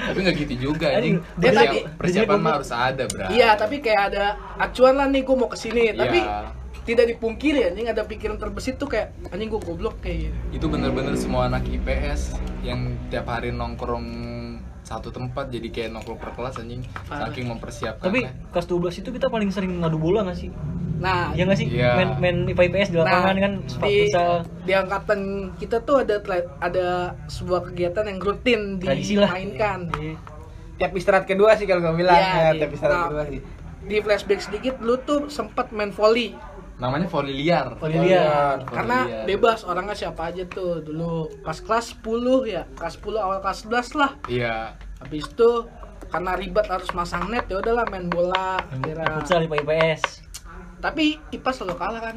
tapi nggak gitu juga anjing. Aduh, dia Persiap- tadi- dia persiapan mah goblok. harus ada, Bray. iya tapi kayak ada acuan lah nih gue mau kesini tapi Iya. tidak dipungkiri anjing ada pikiran terbesit tuh kayak anjing gue goblok kayak gitu. itu bener-bener semua anak IPS yang tiap hari nongkrong satu tempat jadi kayak nongkrong per kelas anjing Parah. saking mempersiapkan ya. tapi kelas 12 itu kita paling sering ngadu bola nggak sih nah ya nggak sih Iya. main main IPA IPS di lapangan kan sepak di, futsal di angkatan kita tuh ada tla- ada sebuah kegiatan yang rutin tradisi lah dimainkan. Iya. Tiap istirahat kedua sih kalau gue bilang. Iya, Ya, iya. tiap istirahat Nah. kedua sih. Di flashback sedikit, lu tuh sempat main volley. namanya volley liar Volley Iya. liar. Volley Karena iya. liar. bebas orangnya siapa aja tuh dulu. Pas kelas 10 ya, kelas 10 awal kelas 11 lah. iya Habis itu karena ribet harus masang net ya udahlah main bola Main kira. futsal IPA IPS Tapi IPA selalu kalah kan.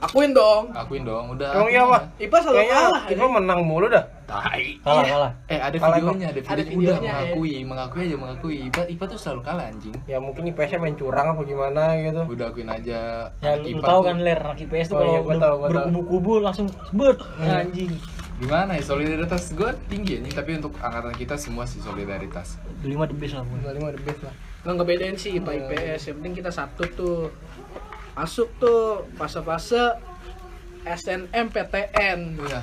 Akuin dong. akuin dong udah Emang iya, Pak? IPA selalu Kayaknya kalah. ya. kita anjing. menang mulu dah. tai kalah Iya. kalah eh ada Kalah, videonya ada Ada videonya udah videonya, ya. mengakui mengakui aja mengakui IPA IPA tuh selalu kalah anjing Ya mungkin IPS-nya main curang apa gimana gitu. udah akuin aja Ya anak lu IPA tahu tuh kan ler anak IPS tuh Oh, iya, kalau gua udah tahu, Iya. gua tahu. berkubu-kubu langsung sebut anjing. gimana ya solidaritas gue tinggi anjing tapi untuk angkatan kita semua sih solidaritas Lima the best lah gua. 25 the best lah. nggak ngebedain sih IPA Iya. IPS yang penting kita satu tuh masuk tuh fase-fase SNMPTN udah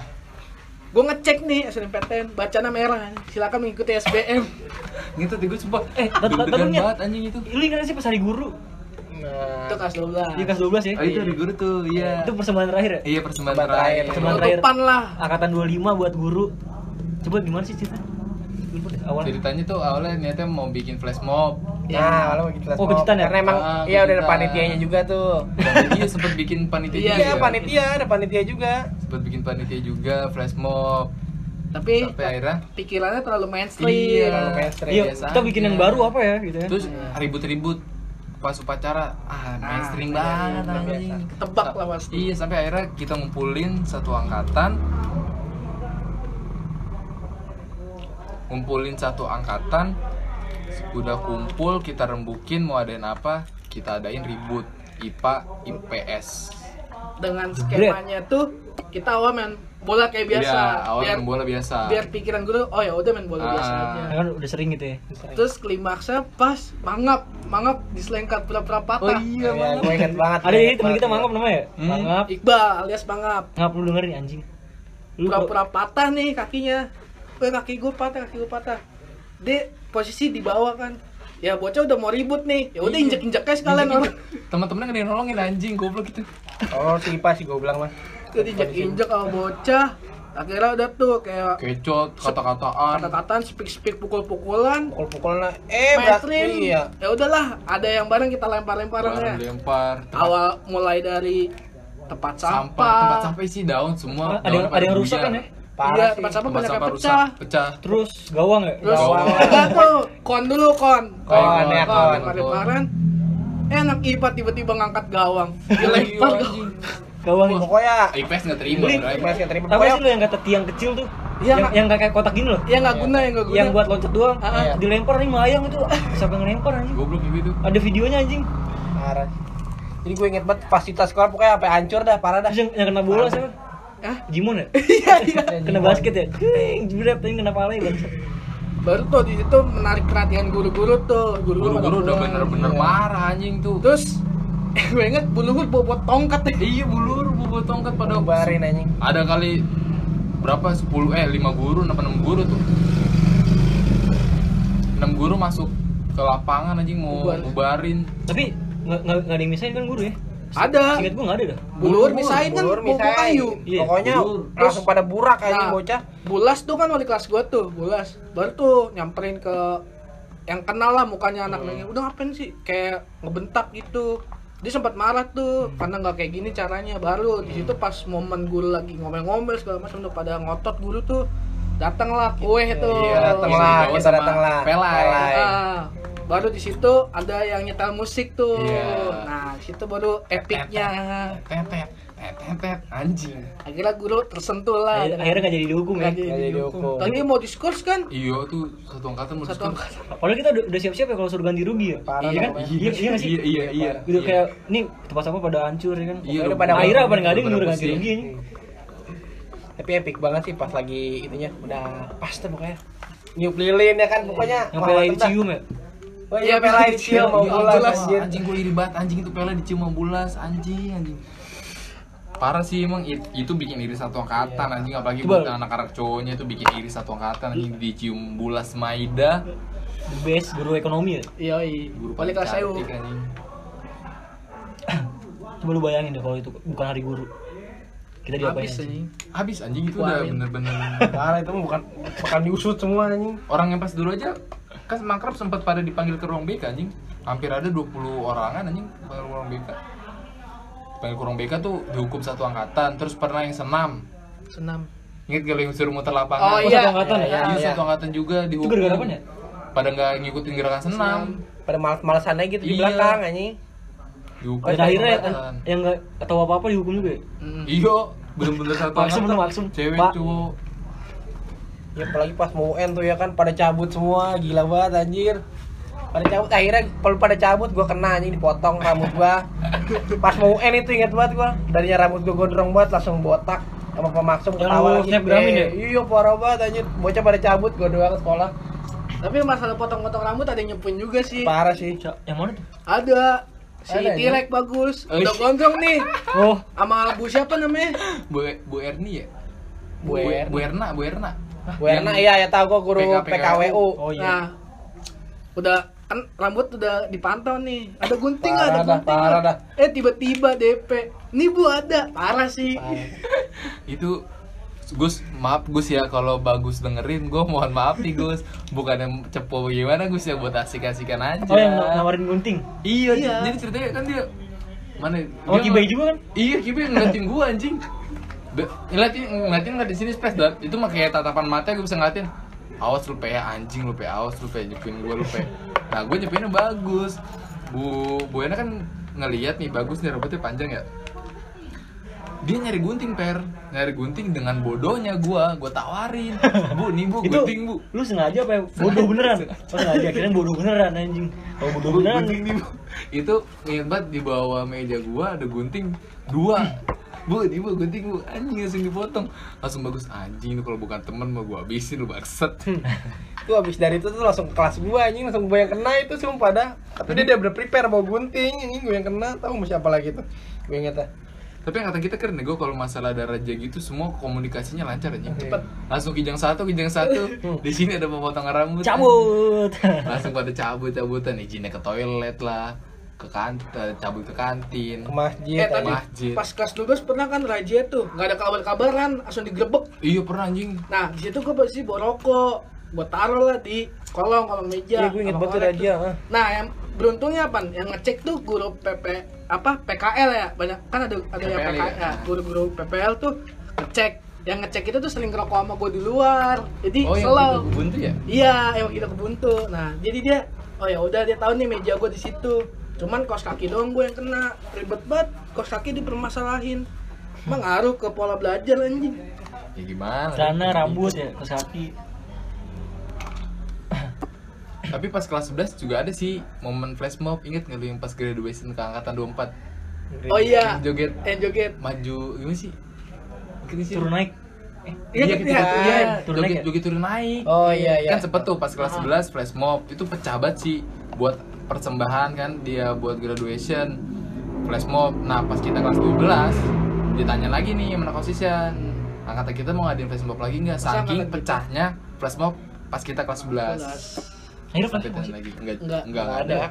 gue ngecek nih SNMPTN bacana merah silakan mengikuti SBM gitu tuh gue sumpah eh tar- tar- deg-degan taruhnya. banget anjing itu Lu ingat sih pas hari guru? Nah, itu kelas Di 12 kelas 12 ya. oh itu ada guru tuh iya Itu persembahan terakhir ya? Iya persembahan Persembahan terakhir. terakhir. Persembahan terakhir. penutupan lah Angkatan 25 buat guru. Coba gimana sih cerita? Lupa deh, Awal. Ceritanya tuh awalnya niatnya mau bikin flash mob. nah, kalau kita Oh, kejutan ya? Karena emang Ah, iya udah ada kejutan. panitianya juga tuh. Dan <laughs> dia sempat bikin panitia Iya, juga. Iya, panitia, ada panitia juga. Sempat bikin panitia juga flash mob. tapi Sampai akhirnya pikirannya terlalu mainstream Terlalu mainstream. Iya, biasa kita bikin aja. yang baru apa ya gitu kan. Terus Iya. ribut-ribut pas upacara ah mainstream banget iya, iya, anjing. biasa. Ketebak lah pasti. Iya sampai akhirnya kita ngumpulin satu angkatan ngumpulin satu angkatan udah kumpul kita rembukin mau adain apa kita adain ribut IPA IPS dengan skemanya tuh kita awal main bola kayak biasa Iya, awal biar main bola biasa biar pikiran gue tuh, oh ya udah main bola biasa Ah. aja kan udah sering gitu ya terus klimaksnya pas mangap mangap diselengkat pura-pura oh patah iya Iya, gue inget banget. ada ya gue inget temen banget. kita mangap namanya ya? Hmm. mangap Iqbal alias mangap ngap lu dengerin anjing lu pura-pura patah nih kakinya gue kaki gue patah kaki gue patah dia posisi di bawah kan ya bocah udah mau ribut nih ya udah injek injek aja sekalian orang teman-teman nggak ada yang nolongin anjing goblok gitu Oh, si Ipa sih gue bilang mah. udah injek injek sama bocah akhirnya udah tuh kayak kecot kata-kataan kata-kataan speak speak pukul pukulan Pukul-pukul lah. Eh, berarti mainstream iya. ya udahlah ada yang bareng kita lempar barang lemparannya lempar tempat awal mulai dari tempat sampah tempat sampah sampah isi daun semua ada yang daun pada ada yang rusak buyar. kan ya Iya, Parah sih. tempat sampah tempat banyak sampah yang rusak pecah pecah terus gawang ya terus Gawang. udah tuh kon dulu kon Kon, Kon, ya, kon kon. lempar-lemparan eh anak ipa tiba-tiba ngangkat gawang Iya, dilempar Dilempar gawang gawang Wah. Pokoknya IPS nggak terima bray. Mas yang terima apa pokoknya sih lu yang kata tiang kecil tuh Iya, yang Kak. yang kayak kotak gini loh ya nggak guna ya nggak guna yang buat loncat doang Ah, ah. dilempar nih melayang itu Ah, siapa yang ngelempar anjing goblok gitu ada videonya anjing parah. Jadi gue inget banget fasilitas sekolah pokoknya sampai hancur dah, parah dah. terus yang, yang kena bola siapa Hah? Jimon ya Ya, <laughs> kena Jimon. basket ya Cuing, jebret anjing kena pala ya bangsa. baru tuh di situ menarik perhatian guru-guru tuh guru-guru pada guru-guru udah pulang. bener-bener Iya. marah anjing tuh terus <laughs> gue inget bulu gue bawa tongkat nih iya bulur bobo tongkat pada Bubarin anjing. ada kali berapa 10 eh 5 guru apa 6 guru tuh 6 guru masuk ke lapangan anjing mau Bubar. bubarin tapi nggak nggak nggak ada yang misahin kan guru ya ada Ingat gua nggak ada dah bulur misain kan Bulur, bawa misain. kayu Iya. Pokoknya Bulur. langsung pada burak anjing Nah. bocah. bulas tuh kan wali kelas gue tuh bulas baru tuh nyamperin ke yang kenal lah mukanya anak anaknya udah ngapain sih kayak ngebentak gitu dia sempat marah tuh karena nggak kayak gini caranya baru di situ pas momen guru lagi ngomel-ngomel segala macam udah pada ngotot guru tuh datanglah kue tuh Iya, datanglah, Dibawa kita sama datanglah. Pelai. Ah, baru di situ ada yang nyetel musik tuh Iya. nah di situ baru epicnya tetet tetet anjing akhirnya guru tersentuh lah Akhir- akhirnya nggak jadi dihukum ya Nggak Nggak jadi dihukum. Tadi mau diskurs kan? iya tuh satu angkatan mau Satu diskon. angkatan. padahal kita udah udah siap-siap ya kalau suruh ganti rugi ya Parah iya kan namanya. iya iya nggak sih iya iya iya udah iya. kayak ini tempat sampah pada hancur ya kan Iya, Pokoknya lu- pada lu- akhirnya apa lu- nggak ada yang lu- nyuruh lu- ganti lu- rugi ini Tapi epic banget sih pas lagi itunya udah pas tuh pokoknya. Niup lilin ya kan pokoknya. yang pelain mahal cium ya banget. Oh iya, Iya, pelain pelain cium mau Iya, bulan jelas. anjir. anjing gue iri banget anjing itu pele dicium sama bulas anjing anjing parah sih emang it- itu bikin iri satu angkatan anjing apalagi Iya. Coba. Iya. buat anak-anak cowoknya itu bikin iri satu angkatan anjing dicium bulas maida the best guru ekonomi ya Iya, iya. guru Wali paling kelas saya. cantik anjing coba lu bayangin deh kalau itu bukan hari guru kita diapain Habis anjing? anjing. habis anjing itu udah Keluarin. bener-bener <laughs> Parah itu mah bukan bukan diusut semua anjing. orang yang pas dulu aja kan mangkrap sempat pada dipanggil ke ruang BK anjing hampir ada 20 orangan anjing ke ruang BK dipanggil ke ruang BK tuh dihukum satu angkatan terus pernah yang senam Senam. Ingat kalau yang suruh muter Oh, lapangan? iya. satu angkatan ya? Iya, Iya. satu angkatan juga itu dihukum. gara-gara apa ya Pada nggak ngikutin gerakan senam. Pada malas-malasan aja gitu di Iya. belakang anjing. Dihukum. dan Oh, akhirnya satu angkatan. yang- yang nggak tahu apa-apa dihukum juga ya Hmm. Mm. Iya, bener-bener satu Maksum angkatan. lu, maksum. Cewek Pak. cowok. Ya apalagi pas mau UN tuh ya kan pada cabut semua, gila banget anjir. Pada cabut akhirnya kalau pada cabut gua kena anjing dipotong rambut gua. Pas mau UN itu ingat banget gua. Darinya rambut gua gondrong banget langsung botak sama pemaksum Yang ketawa lu lagi. snapgramin ya? Iya parah banget anjir. Bocah pada cabut gua doang ke sekolah. Tapi masalah potong-potong rambut ada yang nyepun juga sih. Parah sih. Ca- yang mana tuh Ada si Ada, Tirek bagus, Oh, udah iya. gondrong nih oh sama Bu siapa namanya? Bu, Bu Erni ya? Bu Erni. Bu Erna, Bu Erna. Bu Erna iya ya tahu gua guru PK, PKWU. oh Nah, iya udah kan rambut udah dipantau nih. Ada gunting Parah ada dah, gunting. parah dah. Eh tiba-tiba DP. Nih Bu ada. Parah sih. Eh, Itu Gus, maaf Gus ya kalau bagus dengerin, gue mohon maaf nih Gus. Bukannya cepo gimana Gus ya buat asik-asikan aja. oh yang nawarin gunting Iya, Iya. jadi ceritanya kan dia mana oh dia kibai nge- juga kan Iya, Kibe ngeliatin gua anjing. Be- ngeliatin ngeliatin nggak di sini space dat. Itu mah kayak tatapan mata gue bisa ngeliatin. Awas lu pe anjing lu pe awas lu pe nyepin gua lu pe. Nah, gua nyepinnya bagus. Bu Bu Ena kan ngeliat nih bagus nih rambutnya panjang ya. Dia nyari gunting per, nyari gunting dengan bodohnya gua gua tawarin bu nih bu <laughs> itu Oh, gunting bu lu sengaja apa ya? bodoh beneran oh, sengaja kirain bodoh beneran anjing kalau bodoh Bu, beneran gunting nih bu itu ingat banget di bawah meja gua ada gunting dua bu nih bu gunting bu anjing langsung dipotong langsung bagus anjing lu kalau bukan temen mau gua habisin lu <laughs> bakset Lu abis dari itu tuh langsung ke kelas gua anjing langsung gua yang kena itu sumpah dah. Tapi dia udah prepare bawa gunting anjing gua yang kena tahu mau siapa lagi tuh. Gua inget dah. tapi angkatan kita keren deh gua kalau masalah ada raja gitu semua komunikasinya lancar aja Cepet. langsung kijang satu kijang satu di sini ada pemotongan Hmm. rambut <laughs> cabut langsung pada cabut cabutan izinnya ke toilet lah ke kantin cabut ke kantin Ke Eh masjid. tadi anjing. Masjid. pas kelas 12 pernah kan Raja tuh nggak ada kabar-kabaran langsung digerebek. iya pernah anjing Nah di situ gue pasti bawa rokok, gue taruh lah di kolong kolong meja. Iya, gua inget kolong banget tuh korek Raja, ah. Nah yang beruntungnya apa? Yang ngecek tuh guru PP apa PKL ya banyak kan ada ada yang PPL, PKL ya. nah, guru-guru PPL tuh ngecek yang ngecek itu tuh sering ngerokok sama gue di luar jadi oh yang selalu itu buntu ya Iya, emang kita kebuntu. Nah, jadi dia, oh ya udah dia tahu nih meja gue di situ. Cuman kos kaki doang gue yang kena. Ribet banget, kos kaki dipermasalahin. Emang ngaruh ke pola belajar anjing. ya gimana celana rambut ya ke sapi tapi pas kelas 11 juga ada sih momen flash mob inget nggak lu yang pas graduation ke angkatan 24 Oh iya, Yang joget yang joget. maju gimana sih Mungkin sih turun naik Iya, Iya, gitu kita kan? iya, Turun naik joget, ya? joget turun naik. Oh, iya, iya. Kan sempet tuh pas kelas 11 flash mob itu pecah banget sih buat persembahan kan dia buat graduation flash mob. Nah, pas kita kelas 12 ditanya lagi nih sama anak kosisan. Angkatan kita mau ngadain flash mob lagi nggak? Masa Saking angkatan kita? pecahnya flash mob pas kita kelas 11. akhirnya Sampai pasti ditanya lagi enggak Nggak, enggak, nggak ada. ada.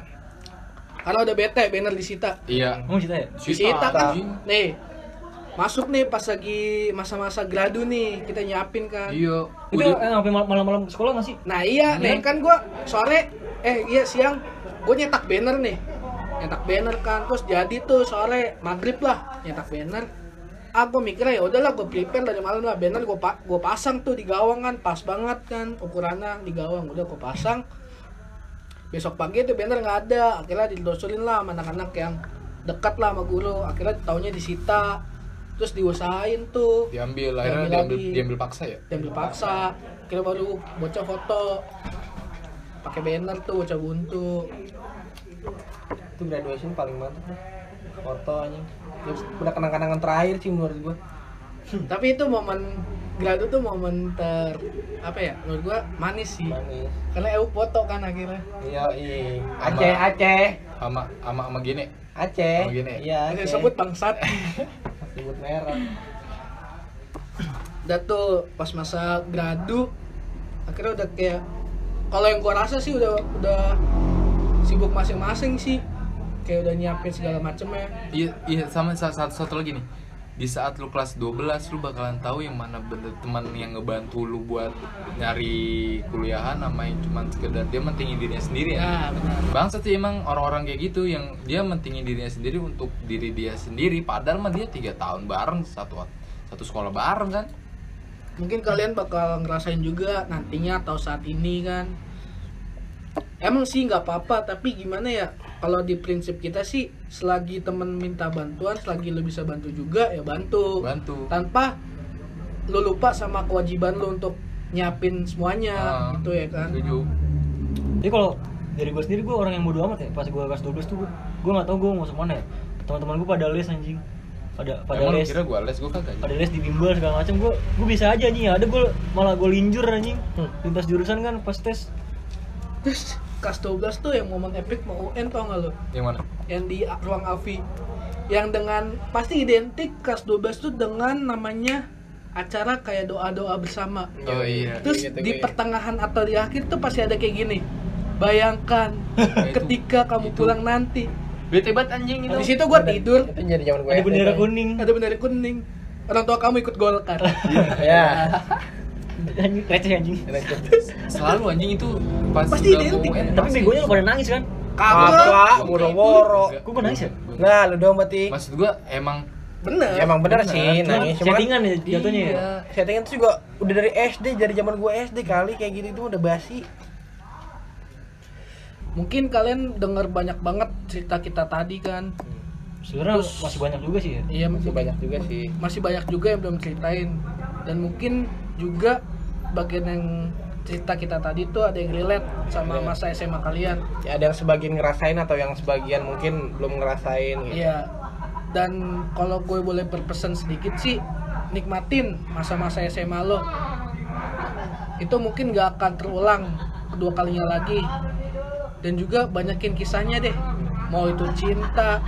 Karena udah bete, banner disita. Iya. kamu cerita ya Disita kan? anjing. Nih, masuk nih pas lagi masa-masa gradu nih, kita nyiapin kan. Iya. itu Udah- eh, sampai mal- malam-malam sekolah nggak sih Nah iya nih Iya. kan gua sore eh iya siang gue nyetak banner nih nyetak banner kan terus jadi tuh sore maghrib lah nyetak banner aku mikirnya ya udahlah gue prepare dari malam lah banner gue pa gua pasang tuh di gawang kan pas banget kan ukurannya di gawang udah gue pasang besok pagi tuh banner nggak ada akhirnya ditelusurin lah sama anak-anak yang dekat lah sama guru akhirnya taunya disita terus diusahain tuh diambil akhirnya Diambil diambil lagi. diambil paksa ya diambil paksa kira baru bocah foto pakai banner tuh bocah buntu Itu graduation paling mantap dah. Foto anjing. Ya, udah kenang-kenangan terakhir sih menurut gua. tapi itu momen gradu tuh momen ter apa ya menurut gua manis sih Manis. karena eu foto kan akhirnya Iya, iya. Aceh, Aceh. sama sama sama gini Aceh. Oh, gini. Iya, Yang Aceh. disebut bangsat sebut merah. udah tuh pas masa gradu akhirnya udah kayak kalau yang gua rasa sih udah udah sibuk masing-masing sih kayak udah nyiapin segala macemnya iya iya sama sa- satu satu lagi nih di saat lu kelas 12 lu bakalan tahu yang mana bener teman yang ngebantu lu buat nyari kuliahan sama yang cuman sekedar dia mentingin dirinya sendiri nah ya benar Bangsa sih emang orang-orang kayak gitu yang dia mentingin dirinya sendiri untuk diri dia sendiri padahal mah dia tiga tahun bareng satu satu sekolah bareng kan mungkin kalian bakal ngerasain juga nantinya atau saat ini kan emang sih nggak apa-apa tapi gimana ya kalau di prinsip kita sih selagi temen minta bantuan selagi lu bisa bantu juga ya bantu bantu tanpa lu lupa sama kewajiban lu untuk nyiapin semuanya Ah, gitu ya kan setuju jadi kalau dari gue sendiri gue orang yang bodoh amat ya pas gue kelas 12 tuh gue nggak tahu gue mau masuk mana ya teman-teman gue pada les anjing pada pada emang lu les kira gua les gua kagak ya? ada les di bimbel segala macam gue gue bisa aja anjing ada gue malah gue linjur anjing Hmm. lintas jurusan kan pas tes terus kelas 12 tuh yang momen epic mau UN tau gak lu yang mana yang di ruang Avi yang dengan pasti identik kelas 12 tuh dengan namanya acara kayak doa-doa bersama oh iya Terus Gitu, di gue. pertengahan atau di akhir tuh pasti ada kayak gini. Bayangkan itu- ketika kamu itu. pulang nanti. bete banget anjing itu Di situ gua tidur, gitu. Itu jadi zaman gua. ya. ada SD, bendera tuh. kuning ada bendera kuning. Orang tua kamu ikut golkar. <laughs> Iya. anjing receh anjing selalu anjing itu pas Pasti udah identik. mau UN, tapi pasti. begonya lu pada nangis kan Kakak. Kakak, moro-moro. kok gue nangis ya Nah, lu dong berarti. maksud gua emang Bener. Ya, emang bener Bener. sih, Cuma nangis cuman chattingan ya jatuhnya ya Iya. settingan tuh juga udah dari SD dari zaman gua SD kali kayak gitu tuh udah basi Mungkin kalian dengar banyak banget cerita kita tadi kan. sebenarnya Terus- masih banyak juga sih ya Iya masih masih banyak juga sih masih banyak juga yang belum ceritain dan mungkin juga bagian yang cerita kita tadi tuh ada yang relate sama masa SMA kalian. ya, ada yang sebagian ngerasain atau yang sebagian mungkin belum ngerasain gitu Iya. Dan kalau gue boleh berpesan sedikit sih, nikmatin masa-masa SMA lo. Itu mungkin gak akan terulang kedua kalinya lagi. Dan juga banyakin kisahnya deh. Mau itu cinta,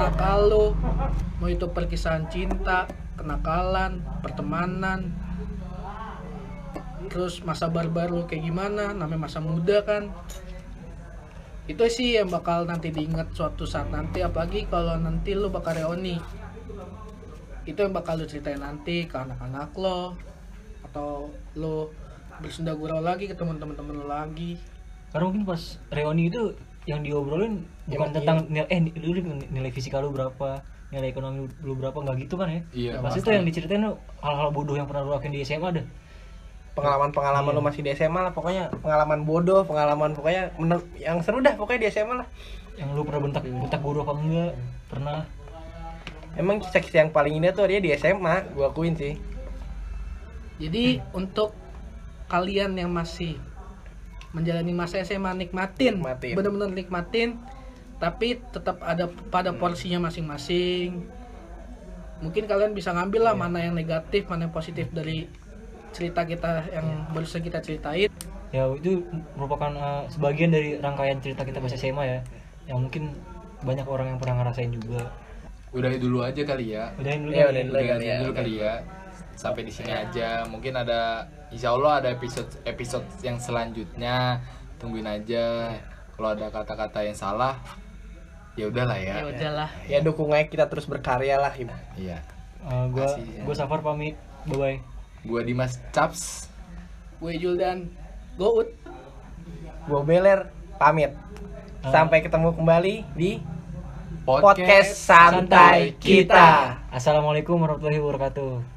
nakal lo, mau itu perpisahan cinta, kenakalan, pertemanan, terus masa barbar lo kayak gimana, namanya masa muda kan itu sih yang bakal nanti diingat suatu saat nanti apalagi kalau nanti lu bakal reuni itu yang bakal lu ceritain nanti ke anak-anak lo atau lu bersenda gurau lagi ke teman-teman lo lagi karena mungkin pas reuni itu yang diobrolin Ya, bukan iya. tentang nilai eh ni- lu nilai- nilai fisika lu berapa nilai ekonomi lu berapa nggak gitu kan ya Iya, pasti itu pasti. yang diceritain lu hal-hal bodoh yang pernah lu lakuin di SMA deh pengalaman-pengalaman lo masih di SMA lah pokoknya pengalaman bodoh pengalaman pokoknya mener- yang seru dah pokoknya di SMA lah yang lu pernah bentak bentak guru apa enggak pernah emang kisah-kisah yang paling indah tuh dia di SMA gua akuin sih jadi untuk kalian yang masih menjalani masa SMA nikmatin Nikmatin. bener-bener nikmatin tapi tetap ada pada porsinya masing-masing mungkin kalian bisa ngambil lah mana yang negatif mana yang positif dari cerita kita yang barusan kita ceritain ya itu merupakan eh, sebagian dari rangkaian cerita kita pas SMA ya yang mungkin banyak orang yang pernah ngerasain juga Udahi dulu aja kali ya. udahin dulu Ya, ya, udahin dulu. Udahin kali ya. dulu kali ya. Sampai di sini aja. Mungkin ada insya Allah ada episode episode yang selanjutnya. Tungguin aja. Kalau ada kata-kata yang salah, ya udahlah ya. ya udahlah ya dukungannya kita terus berkarya lah gitu. Iya. Eh, gua Kasih ya. gua Safar pamit bye bye Gua Dimas Caps. gue Juldan go ut gua beler pamit sampai ketemu kembali di podcast, santai kita. assalamualaikum warahmatullahi wabarakatuh